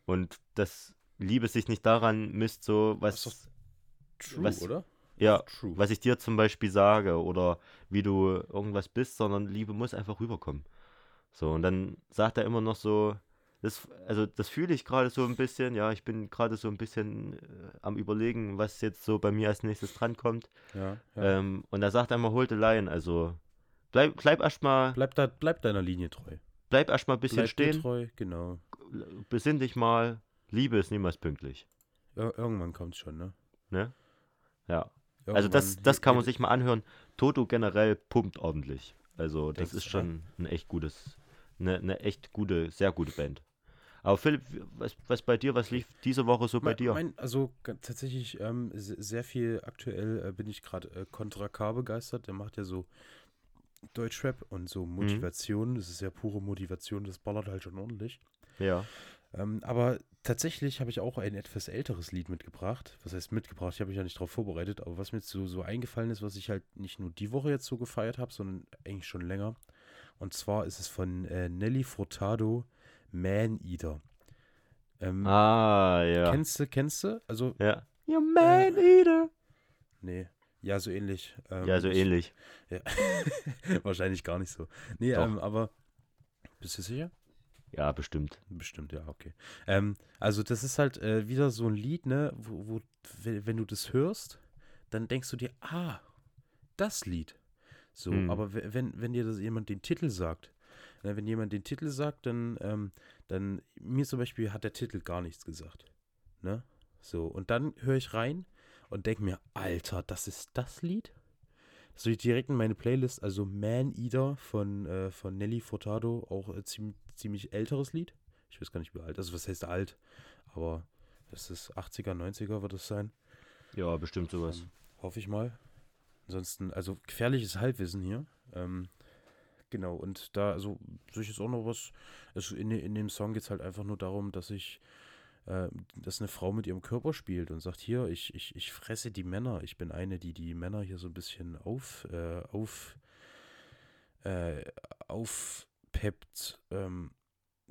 [SPEAKER 1] Und dass Liebe sich nicht daran misst, so was,
[SPEAKER 2] Das True,
[SPEAKER 1] was-
[SPEAKER 2] oder?
[SPEAKER 1] ja,
[SPEAKER 2] True.
[SPEAKER 1] was ich dir zum Beispiel sage oder wie du irgendwas bist, sondern Liebe muss einfach rüberkommen. So, und dann sagt er immer noch so, das, also das fühle ich gerade so ein bisschen, ja, ich bin gerade so ein bisschen äh, am überlegen, was jetzt so bei mir als nächstes drankommt.
[SPEAKER 2] Ja, ja.
[SPEAKER 1] Ähm, und da sagt er immer, hold the line, also bleib, bleib erstmal
[SPEAKER 2] Bleib, da, bleib deiner Linie treu.
[SPEAKER 1] bleib erstmal ein bisschen
[SPEAKER 2] Bleib dir
[SPEAKER 1] stehen,
[SPEAKER 2] treu, genau.
[SPEAKER 1] besinn dich mal, Liebe ist niemals pünktlich.
[SPEAKER 2] Ir irgendwann kommt's schon, ne?
[SPEAKER 1] Ne? Ja.
[SPEAKER 2] Irgendwann,
[SPEAKER 1] also das, das
[SPEAKER 2] je-
[SPEAKER 1] kann man
[SPEAKER 2] jede-
[SPEAKER 1] sich mal anhören. Toto generell pumpt ordentlich. Also das
[SPEAKER 2] Denkst
[SPEAKER 1] ist
[SPEAKER 2] du,
[SPEAKER 1] schon ein echt gutes, eine, eine echt gute, sehr gute Band. Aber Philipp, was, was bei dir, was lief diese Woche so bei
[SPEAKER 2] Mein-
[SPEAKER 1] dir?
[SPEAKER 2] Mein, also g- tatsächlich ähm, se- sehr viel aktuell äh, bin ich gerade äh, Contra K begeistert. Der macht ja so Deutschrap und
[SPEAKER 1] Mhm.
[SPEAKER 2] so Motivation. Das ist ja pure Motivation, das ballert halt schon ordentlich.
[SPEAKER 1] Ja.
[SPEAKER 2] Ähm, aber tatsächlich habe ich auch ein etwas älteres Lied mitgebracht. Was heißt mitgebracht? Ich habe mich ja nicht darauf vorbereitet, aber was mir jetzt so, so eingefallen ist, was ich halt nicht nur die Woche jetzt so gefeiert habe, sondern eigentlich schon länger. Und zwar ist es von äh, Nelly Furtado, Man Eater. Ähm,
[SPEAKER 1] Ah, ja.
[SPEAKER 2] Kennst du, kennst du? Also,
[SPEAKER 1] Ja. You man eater.
[SPEAKER 2] nee. Ja, so ähnlich. Ähm,
[SPEAKER 1] Ja, so
[SPEAKER 2] ich-
[SPEAKER 1] ähnlich.
[SPEAKER 2] Wahrscheinlich gar nicht so. Nee,
[SPEAKER 1] Doch.
[SPEAKER 2] ähm, aber. Bist du sicher?
[SPEAKER 1] Ja, bestimmt.
[SPEAKER 2] Bestimmt, ja, okay. Ähm, also das ist halt äh, wieder so ein Lied, ne, wo, wo we- wenn du das hörst, dann denkst du dir, ah, das Lied. So,
[SPEAKER 1] Hm.
[SPEAKER 2] aber we- wenn, wenn dir das jemand den Titel sagt, ne, wenn jemand den Titel sagt, dann, ähm, dann, mir zum Beispiel hat der Titel gar nichts gesagt. Ne? So, und dann höre ich rein und denke mir, Alter, das ist das Lied? Das will ich direkt in meine Playlist, also Man Eater von, äh, von Nelly Furtado, auch äh, ziemlich, ziemlich älteres Lied. Ich weiß gar nicht, wie alt. Also, was heißt alt? Aber das ist 80er, 90er wird es sein.
[SPEAKER 1] Ja, bestimmt sowas.
[SPEAKER 2] Ähm, hoffe ich mal. Ansonsten, also gefährliches Halbwissen hier. Ähm, genau, und da, also, soll ich jetzt auch noch was. Also in, de- in dem Song geht es halt einfach nur darum, dass ich, äh, dass eine Frau mit ihrem Körper spielt und sagt: Hier, ich, ich, ich fresse die Männer. Ich bin eine, die die Männer hier so ein bisschen auf, äh, auf, äh, aufpeppt. Ähm,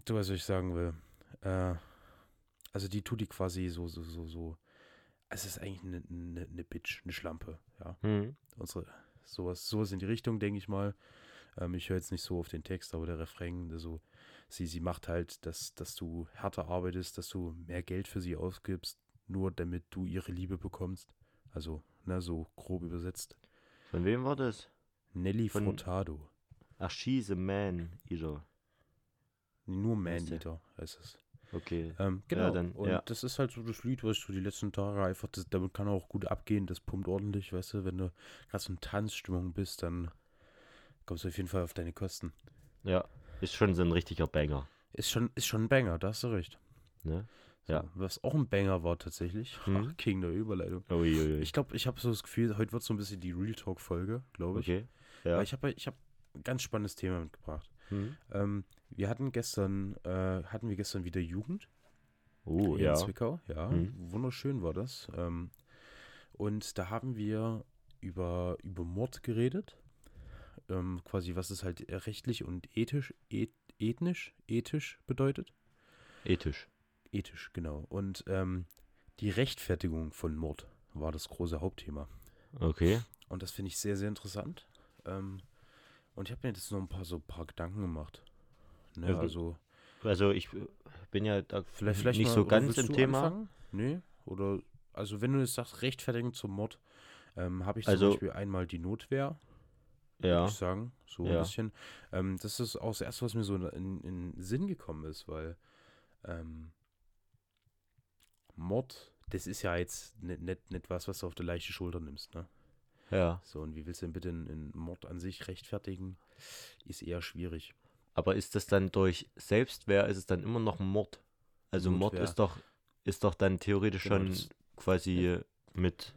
[SPEAKER 2] du weißt, was ich sagen will. Äh, also, die tut die quasi so, so, so, so. Es ist eigentlich eine ne, ne Bitch, eine Schlampe, ja
[SPEAKER 1] Hm.
[SPEAKER 2] unsere sowas, sowas in die Richtung, denke ich mal. Ähm, ich höre jetzt nicht so auf den Text, aber der Refrain, der so, sie, sie macht halt, dass, dass du härter arbeitest, dass du mehr Geld für sie ausgibst, nur damit du ihre Liebe bekommst. Also, ne, so grob übersetzt.
[SPEAKER 1] Von wem war das?
[SPEAKER 2] Nelly
[SPEAKER 1] Von-
[SPEAKER 2] Furtado.
[SPEAKER 1] Ach, she's a man eater.
[SPEAKER 2] Nur
[SPEAKER 1] Weißt du.
[SPEAKER 2] Man-Eater heißt es.
[SPEAKER 1] Okay.
[SPEAKER 2] Ähm,
[SPEAKER 1] Ja,
[SPEAKER 2] genau.
[SPEAKER 1] dann,
[SPEAKER 2] und
[SPEAKER 1] ja.
[SPEAKER 2] das ist halt so das Lied, was ich so die letzten Tage einfach, das, damit kann er auch gut abgehen, das pumpt ordentlich, weißt du, wenn du gerade so in Tanzstimmung bist, dann kommst du auf jeden Fall auf deine Kosten.
[SPEAKER 1] Ja. Ist schon so ein richtiger Banger.
[SPEAKER 2] Ist schon, ist schon ein Banger, da hast du recht.
[SPEAKER 1] Ne?
[SPEAKER 2] So,
[SPEAKER 1] Ja.
[SPEAKER 2] Was auch ein Banger war tatsächlich.
[SPEAKER 1] Mhm.
[SPEAKER 2] Ach, King der Überleitung.
[SPEAKER 1] Uiuiui.
[SPEAKER 2] Ich glaube, ich habe so das Gefühl, heute wird so ein bisschen die Real Talk-Folge, glaube ich.
[SPEAKER 1] Okay.
[SPEAKER 2] Weil
[SPEAKER 1] Ja.
[SPEAKER 2] ich habe ich hab ein ganz spannendes Thema mitgebracht.
[SPEAKER 1] Hm.
[SPEAKER 2] Ähm, wir hatten gestern, äh, hatten wir gestern wieder Jugend.
[SPEAKER 1] Oh,
[SPEAKER 2] hier
[SPEAKER 1] ja.
[SPEAKER 2] in Zwickau. Ja,
[SPEAKER 1] Mhm.
[SPEAKER 2] wunderschön war das. Ähm, und da haben wir über, über Mord geredet. Ähm, quasi, was es halt rechtlich und ethisch, et, ethnisch, ethisch bedeutet.
[SPEAKER 1] Ethisch.
[SPEAKER 2] Ethisch, genau. Und ähm, die Rechtfertigung von Mord war das große Hauptthema.
[SPEAKER 1] Okay.
[SPEAKER 2] Und das finde ich sehr, sehr interessant. Ähm, und ich habe mir jetzt noch ein paar so ein paar Gedanken gemacht. Ne,
[SPEAKER 1] Also,
[SPEAKER 2] also,
[SPEAKER 1] Also ich äh, bin ja da
[SPEAKER 2] Vielleicht, vielleicht
[SPEAKER 1] nicht
[SPEAKER 2] mal,
[SPEAKER 1] so
[SPEAKER 2] oder
[SPEAKER 1] ganz
[SPEAKER 2] willst
[SPEAKER 1] im
[SPEAKER 2] du
[SPEAKER 1] Thema.
[SPEAKER 2] Anfangen? Nee, oder, also wenn du jetzt sagst, Rechtfertigung zum Mord, ähm, habe ich zum
[SPEAKER 1] Also-
[SPEAKER 2] Beispiel einmal die Notwehr, würde
[SPEAKER 1] Ja.
[SPEAKER 2] ich sagen, so ein
[SPEAKER 1] Ja.
[SPEAKER 2] bisschen. Ähm, das ist auch das Erste, was mir so in, in den Sinn gekommen ist, weil ähm, Mord, das ist ja jetzt nicht, nicht, nicht was, was du auf die leichte Schulter nimmst, ne?
[SPEAKER 1] Ja.
[SPEAKER 2] So, und wie willst du denn bitte einen, einen Mord an sich rechtfertigen? Ist eher schwierig.
[SPEAKER 1] Aber ist das dann durch Selbstwehr, ist es dann immer noch ein Mord? Also Mord
[SPEAKER 2] Notwehr.
[SPEAKER 1] ist doch, ist doch dann theoretisch
[SPEAKER 2] Genau,
[SPEAKER 1] schon
[SPEAKER 2] das- Genau,
[SPEAKER 1] quasi mit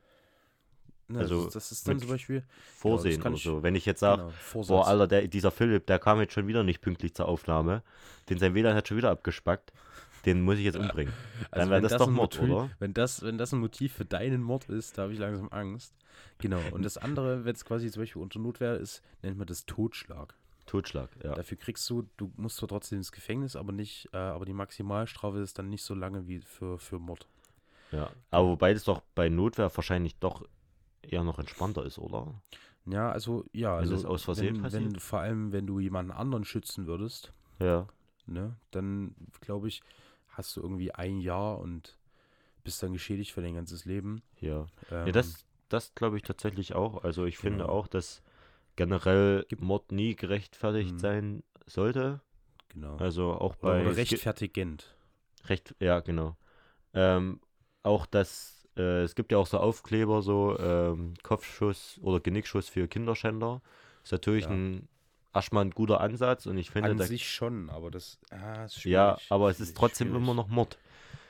[SPEAKER 2] Ne,
[SPEAKER 1] Also,
[SPEAKER 2] das, das ist dann
[SPEAKER 1] mit
[SPEAKER 2] zum Beispiel
[SPEAKER 1] Vorsehen
[SPEAKER 2] kann
[SPEAKER 1] oder
[SPEAKER 2] ich-
[SPEAKER 1] so. Wenn ich jetzt sage,
[SPEAKER 2] genau, Vorsatz.
[SPEAKER 1] boah, Alter, der, dieser Philipp, der kam jetzt schon wieder nicht pünktlich zur Aufnahme, den sein WLAN hat schon wieder abgespackt, den muss ich jetzt umbringen. Dann wäre
[SPEAKER 2] Also wenn
[SPEAKER 1] das, doch
[SPEAKER 2] ein
[SPEAKER 1] Mord,
[SPEAKER 2] Motiv,
[SPEAKER 1] oder?
[SPEAKER 2] Wenn das, wenn das ein Motiv für deinen Mord ist, da habe ich langsam Angst. Genau. Und das andere, wenn es quasi zum Beispiel unter Notwehr ist, nennt man das Totschlag.
[SPEAKER 1] Totschlag, ja.
[SPEAKER 2] Dafür kriegst du, du musst zwar trotzdem ins Gefängnis, aber nicht, äh, aber die Maximalstrafe ist dann nicht so lange wie für, für Mord.
[SPEAKER 1] ja. Aber wobei das doch bei Notwehr wahrscheinlich doch eher noch entspannter ist, oder?
[SPEAKER 2] Ja, also, ja,
[SPEAKER 1] Wenn
[SPEAKER 2] also.
[SPEAKER 1] das aus Versehen
[SPEAKER 2] wenn,
[SPEAKER 1] passiert?
[SPEAKER 2] Wenn, vor allem, wenn du jemanden anderen schützen würdest,
[SPEAKER 1] Ja.
[SPEAKER 2] ne, dann glaube ich, hast du irgendwie ein Jahr und bist dann geschädigt für dein ganzes Leben.
[SPEAKER 1] Ja.
[SPEAKER 2] Ähm,
[SPEAKER 1] Ja, das, das glaube ich tatsächlich auch. Also ich finde
[SPEAKER 2] Genau.
[SPEAKER 1] auch, dass generell
[SPEAKER 2] Gibt-
[SPEAKER 1] Mord nie gerechtfertigt
[SPEAKER 2] Mhm.
[SPEAKER 1] sein sollte.
[SPEAKER 2] Genau.
[SPEAKER 1] Also auch
[SPEAKER 2] Oder-
[SPEAKER 1] bei
[SPEAKER 2] Oder rechtfertigend.
[SPEAKER 1] recht ja genau. Ähm, auch das äh, es gibt ja auch so Aufkleber so ähm, Kopfschuss oder Genickschuss für Kinderschänder. Ist natürlich
[SPEAKER 2] Ja.
[SPEAKER 1] ein erstmal ein guter Ansatz und ich finde
[SPEAKER 2] An
[SPEAKER 1] da,
[SPEAKER 2] sich schon, aber das ah, ist schwierig.
[SPEAKER 1] ja, aber es ist
[SPEAKER 2] schwierig,
[SPEAKER 1] trotzdem
[SPEAKER 2] schwierig.
[SPEAKER 1] immer noch Mord.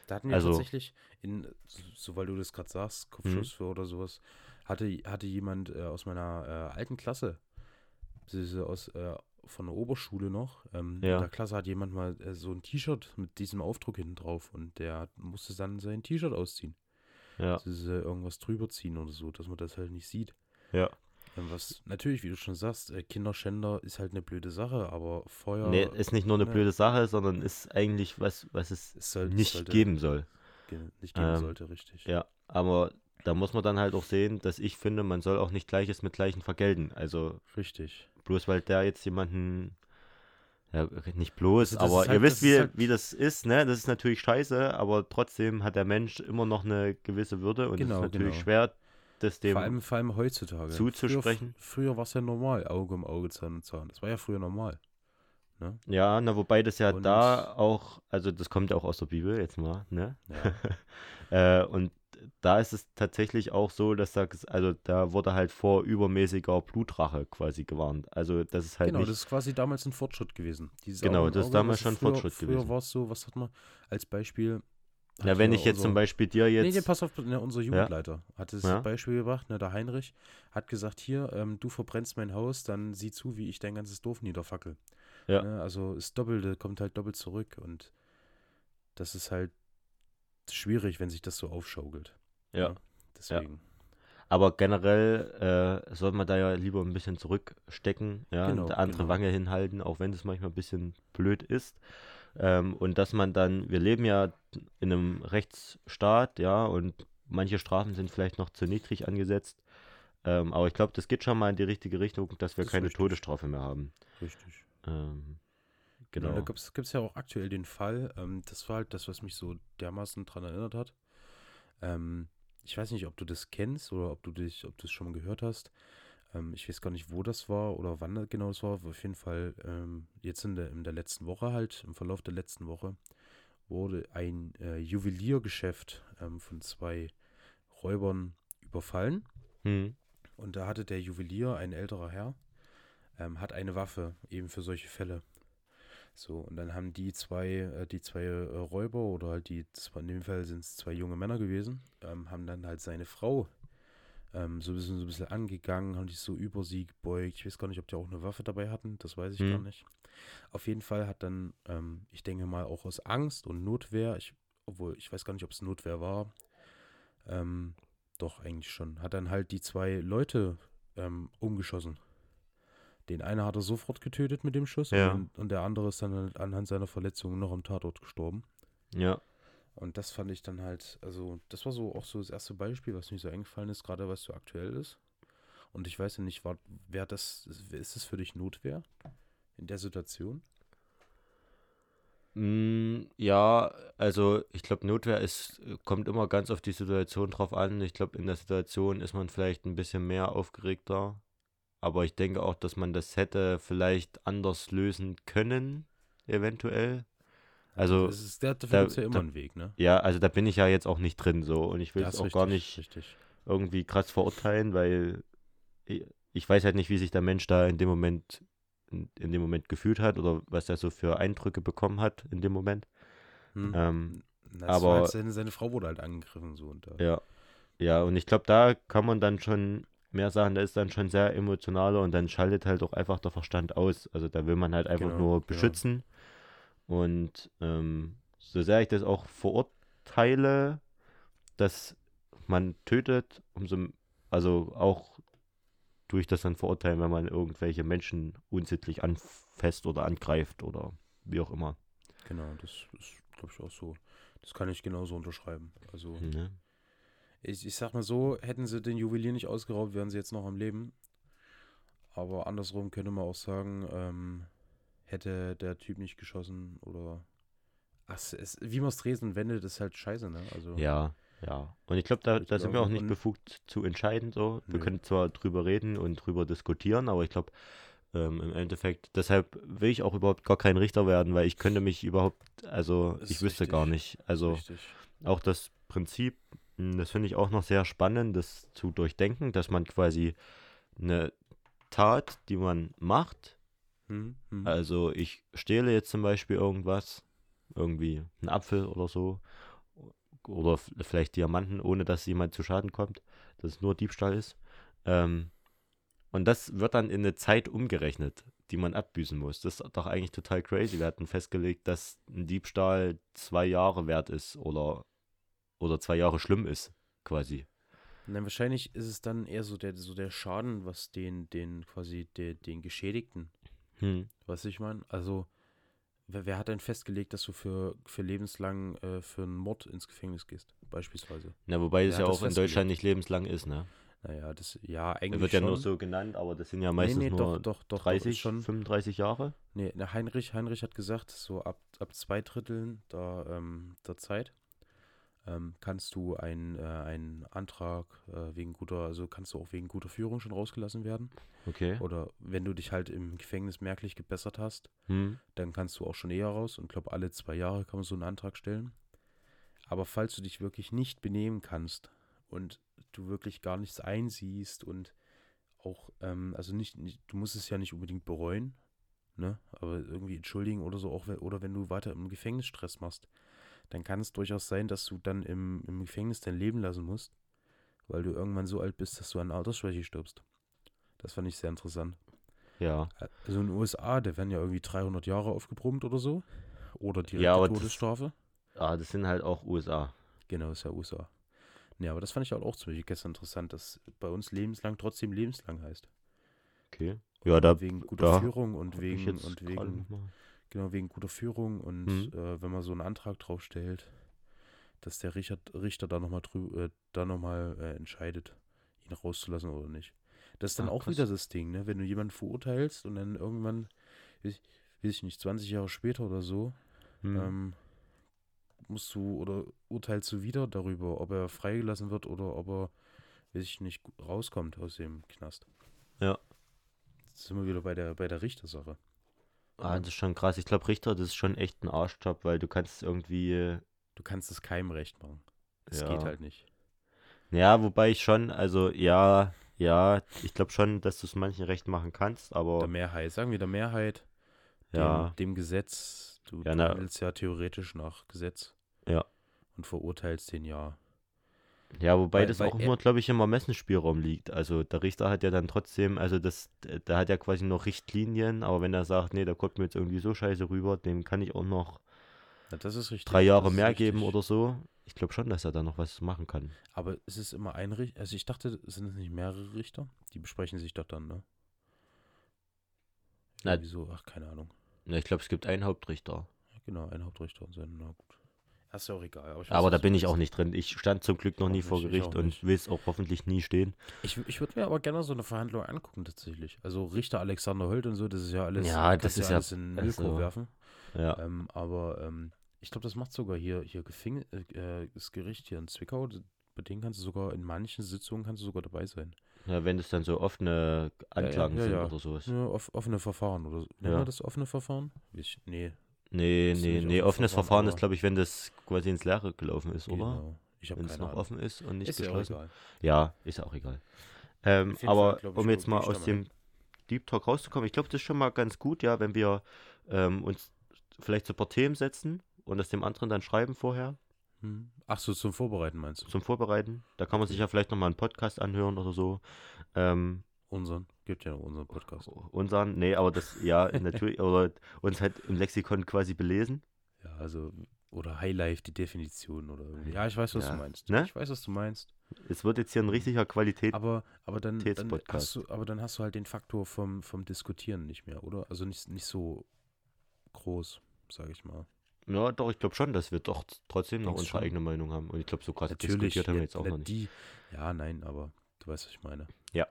[SPEAKER 2] Da hatten wir
[SPEAKER 1] also-
[SPEAKER 2] tatsächlich, in, so, so weil du das gerade sagst,
[SPEAKER 1] Mhm.
[SPEAKER 2] Kopfschuss für oder sowas, hatte, hatte jemand äh, aus meiner äh, alten Klasse, beziehungsweise aus äh, von der Oberschule noch, ähm,
[SPEAKER 1] Ja.
[SPEAKER 2] in der Klasse hat jemand mal äh, so ein T-Shirt mit diesem Aufdruck hinten drauf und der hat- musste dann sein T-Shirt ausziehen.
[SPEAKER 1] Ja,
[SPEAKER 2] Das ist äh, irgendwas drüber ziehen oder so, dass man das halt nicht sieht.
[SPEAKER 1] ja.
[SPEAKER 2] Ähm, Was natürlich, wie du schon sagst, äh, Kinderschänder ist halt eine blöde Sache, aber Feuer
[SPEAKER 1] Nee, äh, ist nicht nur eine
[SPEAKER 2] ne.
[SPEAKER 1] blöde Sache, sondern ist eigentlich was, was es
[SPEAKER 2] es soll, es
[SPEAKER 1] nicht
[SPEAKER 2] halt, sollte-
[SPEAKER 1] geben soll.
[SPEAKER 2] ge- nicht geben
[SPEAKER 1] Ähm,
[SPEAKER 2] sollte, richtig.
[SPEAKER 1] Ja, aber da muss man dann halt auch sehen, dass ich finde, man soll auch nicht Gleiches mit Gleichen vergelten. Also
[SPEAKER 2] Richtig.
[SPEAKER 1] bloß weil der jetzt jemanden, ja, nicht bloß,
[SPEAKER 2] Also das
[SPEAKER 1] aber ihr
[SPEAKER 2] ist halt-
[SPEAKER 1] wisst,
[SPEAKER 2] das ist
[SPEAKER 1] wie,
[SPEAKER 2] halt-
[SPEAKER 1] wie das ist, ne? Das ist natürlich scheiße, aber trotzdem hat der Mensch immer noch eine gewisse Würde und es
[SPEAKER 2] Genau,
[SPEAKER 1] ist natürlich
[SPEAKER 2] genau.
[SPEAKER 1] schwer, das dem,
[SPEAKER 2] vor, allem, vor allem heutzutage.
[SPEAKER 1] zuzusprechen.
[SPEAKER 2] Früher, früher war es ja normal, Auge um Auge, Zahn um Zahn. Das war ja früher normal.
[SPEAKER 1] ja, na wobei das ja
[SPEAKER 2] Und-
[SPEAKER 1] da auch, also das kommt ja auch aus der Bibel jetzt mal, ne?
[SPEAKER 2] Ja,
[SPEAKER 1] Äh, und da ist es tatsächlich auch so, dass da, ges- also da wurde halt vor übermäßiger Blutrache quasi gewarnt. Also das ist halt
[SPEAKER 2] genau,
[SPEAKER 1] nicht,
[SPEAKER 2] das ist quasi damals ein Fortschritt gewesen. Dieses
[SPEAKER 1] Genau,
[SPEAKER 2] Auge um
[SPEAKER 1] das ist
[SPEAKER 2] Auge,
[SPEAKER 1] damals
[SPEAKER 2] was
[SPEAKER 1] schon ein
[SPEAKER 2] früher,
[SPEAKER 1] Fortschritt
[SPEAKER 2] Früher
[SPEAKER 1] gewesen.
[SPEAKER 2] war es so, was hat man als Beispiel.
[SPEAKER 1] na
[SPEAKER 2] hat
[SPEAKER 1] wenn
[SPEAKER 2] ja
[SPEAKER 1] ich jetzt zum
[SPEAKER 2] unser-
[SPEAKER 1] Beispiel dir
[SPEAKER 2] Nee, nee,
[SPEAKER 1] jetzt,
[SPEAKER 2] pass auf, ne, unser Jugendleiter hat das
[SPEAKER 1] Ja.
[SPEAKER 2] Beispiel gebracht, ne, der Heinrich hat gesagt, hier, ähm, du verbrennst mein Haus, dann sieh zu, wie ich dein ganzes Dorf niederfackel.
[SPEAKER 1] Ja.
[SPEAKER 2] Ne, also das Doppelte kommt halt doppelt zurück und das ist halt schwierig, wenn sich das so aufschaukelt.
[SPEAKER 1] Ja.
[SPEAKER 2] ne? Deswegen.
[SPEAKER 1] aber generell äh, soll man da ja lieber ein bisschen zurückstecken, ja,
[SPEAKER 2] Genau,
[SPEAKER 1] und die andere
[SPEAKER 2] genau.
[SPEAKER 1] Wange hinhalten, auch wenn es manchmal ein bisschen blöd ist. Ähm, und dass man dann, wir leben ja in einem Rechtsstaat, ja, und manche Strafen sind vielleicht noch zu niedrig angesetzt. Ähm, aber ich glaube, das geht schon mal in die richtige Richtung, dass wir
[SPEAKER 2] Das ist
[SPEAKER 1] keine
[SPEAKER 2] richtig.
[SPEAKER 1] Todesstrafe mehr haben.
[SPEAKER 2] Richtig.
[SPEAKER 1] Ähm,
[SPEAKER 2] Genau.
[SPEAKER 1] genau.
[SPEAKER 2] Da gibt es ja auch aktuell den Fall, ähm, das war halt das, was mich so dermaßen dran erinnert hat. Ähm, ich weiß nicht, ob du das kennst oder ob du dich, ob du es schon mal gehört hast. Ähm, ich weiß gar nicht, wo das war oder wann das genau das war. aber Auf jeden Fall ähm, jetzt in der, in der letzten Woche halt, im Verlauf der letzten Woche, wurde ein äh, Juweliergeschäft ähm, von zwei Räubern überfallen.
[SPEAKER 1] Hm,
[SPEAKER 2] Und da hatte der Juwelier, ein älterer Herr, ähm, hat eine Waffe eben für solche Fälle. So, und dann haben die zwei, äh, die zwei äh, Räuber oder halt die, zwei, in dem Fall sind es zwei junge Männer gewesen, ähm, haben dann halt seine Frau ähm, so, ein bisschen, so ein bisschen angegangen, haben sich so über sie gebeugt. Ich weiß gar nicht, ob die auch eine Waffe dabei hatten, das weiß ich
[SPEAKER 1] Hm.
[SPEAKER 2] gar nicht. Auf jeden Fall hat dann, ähm, ich denke mal, auch aus Angst und Notwehr, ich, obwohl ich weiß gar nicht, ob es Notwehr war, ähm, doch, eigentlich schon. Hat dann halt die zwei Leute ähm, umgeschossen. Den einen hat er sofort getötet mit dem Schuss
[SPEAKER 1] Ja.
[SPEAKER 2] und, und der andere ist dann halt anhand seiner Verletzungen noch am Tatort gestorben.
[SPEAKER 1] ja,
[SPEAKER 2] Und das fand ich dann halt, also das war so auch so das erste Beispiel, was mir so eingefallen ist, gerade was so aktuell ist. Und ich weiß ja nicht, war, wer das, ist es für dich Notwehr in der Situation?
[SPEAKER 1] Mm, ja, also ich glaube, Notwehr ist, äh, kommt immer ganz auf die Situation drauf an. Ich glaube, in der Situation ist man vielleicht ein bisschen mehr aufgeregter. Aber ich denke auch, dass man das hätte vielleicht anders lösen können, eventuell. Also,
[SPEAKER 2] Das ist, der, dafür
[SPEAKER 1] da-
[SPEAKER 2] gibt's ja immer
[SPEAKER 1] da-
[SPEAKER 2] einen Weg, ne?
[SPEAKER 1] ja, also da bin ich ja jetzt auch nicht drin so und ich will
[SPEAKER 2] Ja,
[SPEAKER 1] es
[SPEAKER 2] ist
[SPEAKER 1] auch gar
[SPEAKER 2] richtig,
[SPEAKER 1] nicht
[SPEAKER 2] Richtig.
[SPEAKER 1] irgendwie krass verurteilen, weil ich weiß halt nicht, wie sich der Mensch da in dem Moment in, in dem Moment gefühlt hat oder was er so für Eindrücke bekommen hat in dem Moment.
[SPEAKER 2] Hm.
[SPEAKER 1] Ähm,
[SPEAKER 2] Na, das war
[SPEAKER 1] aber-
[SPEAKER 2] halt seine, seine Frau wurde halt angegriffen so und da.
[SPEAKER 1] ja. Ja, und ich glaube, da kann man dann schon mehr sagen, da ist dann schon sehr emotionaler und dann schaltet halt auch einfach der Verstand aus. Also da will man halt einfach
[SPEAKER 2] Genau,
[SPEAKER 1] nur
[SPEAKER 2] genau.
[SPEAKER 1] beschützen. Und ähm, so sehr ich das auch verurteile, dass man tötet, umso, also auch durch das dann verurteilen, wenn man irgendwelche Menschen unsittlich anfasst oder angreift oder wie auch immer.
[SPEAKER 2] Genau, das ist, glaube ich, auch so. Das kann ich genauso unterschreiben. Also,
[SPEAKER 1] Ne?
[SPEAKER 2] ich, ich sag mal so, hätten sie den Juwelier nicht ausgeraubt, wären sie jetzt noch am Leben. Aber andersrum könnte man auch sagen, ähm, hätte der Typ nicht geschossen oder. Ach, es, es- wie man es dreht und wendet, ist halt scheiße, ne? Also,
[SPEAKER 1] Ja, ja. Und ich glaube, da,
[SPEAKER 2] Ich
[SPEAKER 1] da sind wir
[SPEAKER 2] glaube,
[SPEAKER 1] auch nicht
[SPEAKER 2] und-
[SPEAKER 1] befugt zu entscheiden. So. Wir
[SPEAKER 2] Nö.
[SPEAKER 1] können zwar drüber reden und drüber diskutieren, aber ich glaube, ähm, im Endeffekt, deshalb will ich auch überhaupt gar kein Richter werden, weil ich könnte mich überhaupt, also
[SPEAKER 2] Das
[SPEAKER 1] ich
[SPEAKER 2] ist
[SPEAKER 1] wüsste gar
[SPEAKER 2] richtig.
[SPEAKER 1] nicht. Also
[SPEAKER 2] richtig.
[SPEAKER 1] auch das Prinzip, mh, das finde ich auch noch sehr spannend, das zu durchdenken, dass man quasi eine Tat, die man macht,
[SPEAKER 2] Hm, hm.
[SPEAKER 1] also ich stehle jetzt zum Beispiel irgendwas, irgendwie einen Apfel oder so, oder f- vielleicht Diamanten, ohne dass jemand zu Schaden kommt, dass es nur Diebstahl ist. Ähm, und das wird dann in eine Zeit umgerechnet, die man abbüßen muss. Das ist doch eigentlich total crazy. Wir hatten festgelegt, dass ein Diebstahl zwei Jahre wert ist oder, oder zwei Jahre schlimm ist, quasi.
[SPEAKER 2] Nein, wahrscheinlich ist es dann eher so der, so der Schaden, was den, den quasi, den, den Geschädigten
[SPEAKER 1] Hm.
[SPEAKER 2] Weißt du, ich meine? Also, wer, wer hat denn festgelegt, dass du für, für lebenslang äh, für einen Mord ins Gefängnis gehst, beispielsweise?
[SPEAKER 1] Na, wobei es
[SPEAKER 2] Wer
[SPEAKER 1] ja
[SPEAKER 2] hat das
[SPEAKER 1] auch in Deutschland nicht lebenslang ist, ne?
[SPEAKER 2] Naja, das, ja,
[SPEAKER 1] Er
[SPEAKER 2] eigentlich
[SPEAKER 1] wird ja
[SPEAKER 2] schon.
[SPEAKER 1] nur so genannt, aber das sind ja meistens
[SPEAKER 2] nee, nee,
[SPEAKER 1] nur
[SPEAKER 2] doch, doch, doch, doch,
[SPEAKER 1] 30,
[SPEAKER 2] ist schon.
[SPEAKER 1] 35 Jahre?
[SPEAKER 2] Nee, na, Heinrich, Heinrich hat gesagt, so ab, ab zwei Dritteln der, ähm, der Zeit ähm, kannst du einen, äh, einen Antrag äh, wegen guter, also kannst du auch wegen guter Führung schon rausgelassen werden.
[SPEAKER 1] Okay.
[SPEAKER 2] Oder wenn du dich halt im Gefängnis merklich gebessert hast,
[SPEAKER 1] Hm.
[SPEAKER 2] dann kannst du auch schon eher raus und glaube alle zwei Jahre kann man so einen Antrag stellen. Aber falls du dich wirklich nicht benehmen kannst und du wirklich gar nichts einsiehst und auch, ähm, also nicht, nicht, du musst es ja nicht unbedingt bereuen, ne? Aber irgendwie entschuldigen oder so, auch wenn, oder wenn du weiter im Gefängnis Stress machst, dann kann es durchaus sein, dass du dann im, im Gefängnis dein Leben lassen musst, weil du irgendwann so alt bist, dass du an Altersschwäche stirbst. Das fand ich sehr interessant.
[SPEAKER 1] Ja.
[SPEAKER 2] Also in den USA, da werden ja irgendwie 300 Jahre aufgebrummt oder so. Oder die
[SPEAKER 1] Ja, aber das-
[SPEAKER 2] Todesstrafe.
[SPEAKER 1] Ah, das sind halt auch USA.
[SPEAKER 2] Genau, ist ja USA. Nee, aber das fand ich halt auch zum Beispiel gestern interessant, dass bei uns lebenslang trotzdem lebenslang heißt.
[SPEAKER 1] Okay. Ja, da
[SPEAKER 2] wegen guter
[SPEAKER 1] ja,
[SPEAKER 2] Führung und
[SPEAKER 1] hab
[SPEAKER 2] wegen,
[SPEAKER 1] jetzt
[SPEAKER 2] und
[SPEAKER 1] gerade
[SPEAKER 2] wegen,
[SPEAKER 1] noch mal-
[SPEAKER 2] genau, wegen guter Führung und
[SPEAKER 1] Mhm.
[SPEAKER 2] äh, wenn man so einen Antrag drauf stellt, dass der Richard, Richter da nochmal äh, da noch mal, äh, entscheidet, ihn rauszulassen oder nicht. Das ist dann
[SPEAKER 1] Ah,
[SPEAKER 2] auch
[SPEAKER 1] krass.
[SPEAKER 2] wieder das Ding, ne? Wenn du jemanden verurteilst und dann irgendwann, weiß ich, weiß ich nicht, 20 Jahre später oder so,
[SPEAKER 1] Hm.
[SPEAKER 2] ähm, musst du oder urteilst du wieder darüber, ob er freigelassen wird oder ob er, weiß ich nicht, gu- rauskommt aus dem Knast.
[SPEAKER 1] Ja.
[SPEAKER 2] Jetzt sind wir wieder bei der, bei der Richtersache.
[SPEAKER 1] ah, das ist schon krass. Ich glaube, Richter, das ist schon echt ein Arschjob, weil du kannst irgendwie. äh,
[SPEAKER 2] Du kannst es keinem recht machen. Es
[SPEAKER 1] ja.
[SPEAKER 2] geht halt nicht.
[SPEAKER 1] Ja, wobei ich schon, also ja, ja, ich glaube schon, dass du es manchen recht machen kannst,
[SPEAKER 2] Der
[SPEAKER 1] aber
[SPEAKER 2] Mehrheit, sagen wir der Mehrheit,
[SPEAKER 1] Oh. ja,
[SPEAKER 2] dem, dem Gesetz. Du
[SPEAKER 1] Ja,
[SPEAKER 2] ja,
[SPEAKER 1] na-
[SPEAKER 2] handelst ja theoretisch nach Gesetz.
[SPEAKER 1] Ja.
[SPEAKER 2] Und verurteilst den ja.
[SPEAKER 1] ja, wobei
[SPEAKER 2] weil-
[SPEAKER 1] das
[SPEAKER 2] weil
[SPEAKER 1] auch
[SPEAKER 2] er-
[SPEAKER 1] immer, glaube ich, im Ermessensspielraum liegt. Also der Richter hat ja dann trotzdem, also das, der hat ja quasi noch Richtlinien, aber wenn er sagt, nee, da kommt mir jetzt irgendwie so scheiße rüber, dem kann ich auch noch
[SPEAKER 2] Na, das ist richtig.
[SPEAKER 1] drei Jahre
[SPEAKER 2] das ist
[SPEAKER 1] mehr
[SPEAKER 2] richtig.
[SPEAKER 1] geben oder so. Ich glaube schon, dass er da noch was machen kann.
[SPEAKER 2] Aber es ist immer ein Richter. Also ich dachte, sind es nicht mehrere Richter? Die besprechen sich doch dann, ne?
[SPEAKER 1] Na-
[SPEAKER 2] Na, wieso? Ach, keine Ahnung.
[SPEAKER 1] Ja, ich glaube, es gibt einen Hauptrichter.
[SPEAKER 2] Ja, Genau, ein Hauptrichter und sein. Na gut. Das ist ja auch egal. Aber, ich weiß,
[SPEAKER 1] Aber da
[SPEAKER 2] was du
[SPEAKER 1] bin ich auch
[SPEAKER 2] meinst.
[SPEAKER 1] nicht drin. Ich stand zum Glück noch
[SPEAKER 2] auch
[SPEAKER 1] nie
[SPEAKER 2] nicht,
[SPEAKER 1] vor
[SPEAKER 2] ich
[SPEAKER 1] Gericht
[SPEAKER 2] auch
[SPEAKER 1] und
[SPEAKER 2] nicht.
[SPEAKER 1] will es auch hoffentlich nie stehen.
[SPEAKER 2] Ich, ich würde mir aber gerne so eine Verhandlung angucken, tatsächlich. Also Richter Alexander Hölt und so, das ist ja alles.
[SPEAKER 1] Ja,
[SPEAKER 2] kannst
[SPEAKER 1] das ist ja-
[SPEAKER 2] alles in den Müllkorb
[SPEAKER 1] also-
[SPEAKER 2] werfen.
[SPEAKER 1] Ja,
[SPEAKER 2] Ähm, aber ähm, ich glaube, das macht sogar hier, hier Gefäng äh, äh, das Gericht hier in Zwickau. d- Bei denen kannst du sogar, in manchen Sitzungen kannst du sogar dabei sein.
[SPEAKER 1] ja wenn es dann so offene
[SPEAKER 2] ja,
[SPEAKER 1] Anklagen
[SPEAKER 2] ja,
[SPEAKER 1] sind
[SPEAKER 2] ja.
[SPEAKER 1] oder sowas.
[SPEAKER 2] Ja, off offene Verfahren oder so. Nennen
[SPEAKER 1] Ja.
[SPEAKER 2] wir das offene Verfahren? Ich, nee,
[SPEAKER 1] Nee,
[SPEAKER 2] Das ist
[SPEAKER 1] nee,
[SPEAKER 2] nicht
[SPEAKER 1] nee.
[SPEAKER 2] offenes
[SPEAKER 1] Offenes
[SPEAKER 2] Verfahren,
[SPEAKER 1] Verfahren ist,
[SPEAKER 2] aber-
[SPEAKER 1] glaube ich, wenn das quasi ins Leere gelaufen ist, oder?
[SPEAKER 2] Genau. Ich habe
[SPEAKER 1] Wenn es
[SPEAKER 2] keine
[SPEAKER 1] noch
[SPEAKER 2] Ahnung.
[SPEAKER 1] offen ist und nicht
[SPEAKER 2] Ist ja auch
[SPEAKER 1] geschlossen.
[SPEAKER 2] egal.
[SPEAKER 1] Ja, ist auch egal. Ähm,
[SPEAKER 2] jeden
[SPEAKER 1] aber
[SPEAKER 2] Fall, glaub ich,
[SPEAKER 1] um
[SPEAKER 2] gut,
[SPEAKER 1] jetzt mal
[SPEAKER 2] bin ich
[SPEAKER 1] aus
[SPEAKER 2] dabei.
[SPEAKER 1] dem Deep Talk rauszukommen, ich glaube, das ist schon mal ganz gut, ja, wenn wir ähm, uns vielleicht zu ein paar Themen setzen und das dem anderen dann schreiben vorher
[SPEAKER 2] Hm. Ach so, zum Vorbereiten meinst du?
[SPEAKER 1] zum Vorbereiten. Da kann man sich ja vielleicht nochmal einen Podcast anhören oder so. Ähm,
[SPEAKER 2] Unseren? Gibt ja noch unseren Podcast.
[SPEAKER 1] unseren, nee, aber das, ja, natürlich, oder uns halt im Lexikon quasi belesen.
[SPEAKER 2] Ja, also, oder Highlife, die Definition oder irgendwie. Ja, ich weiß, was
[SPEAKER 1] Ja.
[SPEAKER 2] du meinst.
[SPEAKER 1] Ne?
[SPEAKER 2] Ich weiß, was du meinst.
[SPEAKER 1] Es wird jetzt hier ein richtiger Qualität.
[SPEAKER 2] Aber, aber, dann, dann
[SPEAKER 1] Qualitätspodcast.
[SPEAKER 2] hast du, aber dann hast du halt den Faktor vom, vom Diskutieren nicht mehr, oder? Also nicht, nicht so groß, sage ich mal.
[SPEAKER 1] Ja, doch, ich glaube schon, dass wir doch trotzdem noch
[SPEAKER 2] Denkst
[SPEAKER 1] unsere
[SPEAKER 2] schon?
[SPEAKER 1] eigene Meinung haben. Und ich glaube, so krass
[SPEAKER 2] Natürlich.
[SPEAKER 1] Also diskutiert haben wir
[SPEAKER 2] ja,
[SPEAKER 1] jetzt auch
[SPEAKER 2] na,
[SPEAKER 1] noch nicht.
[SPEAKER 2] Die, ja, nein, aber du weißt, was ich meine.
[SPEAKER 1] Ja.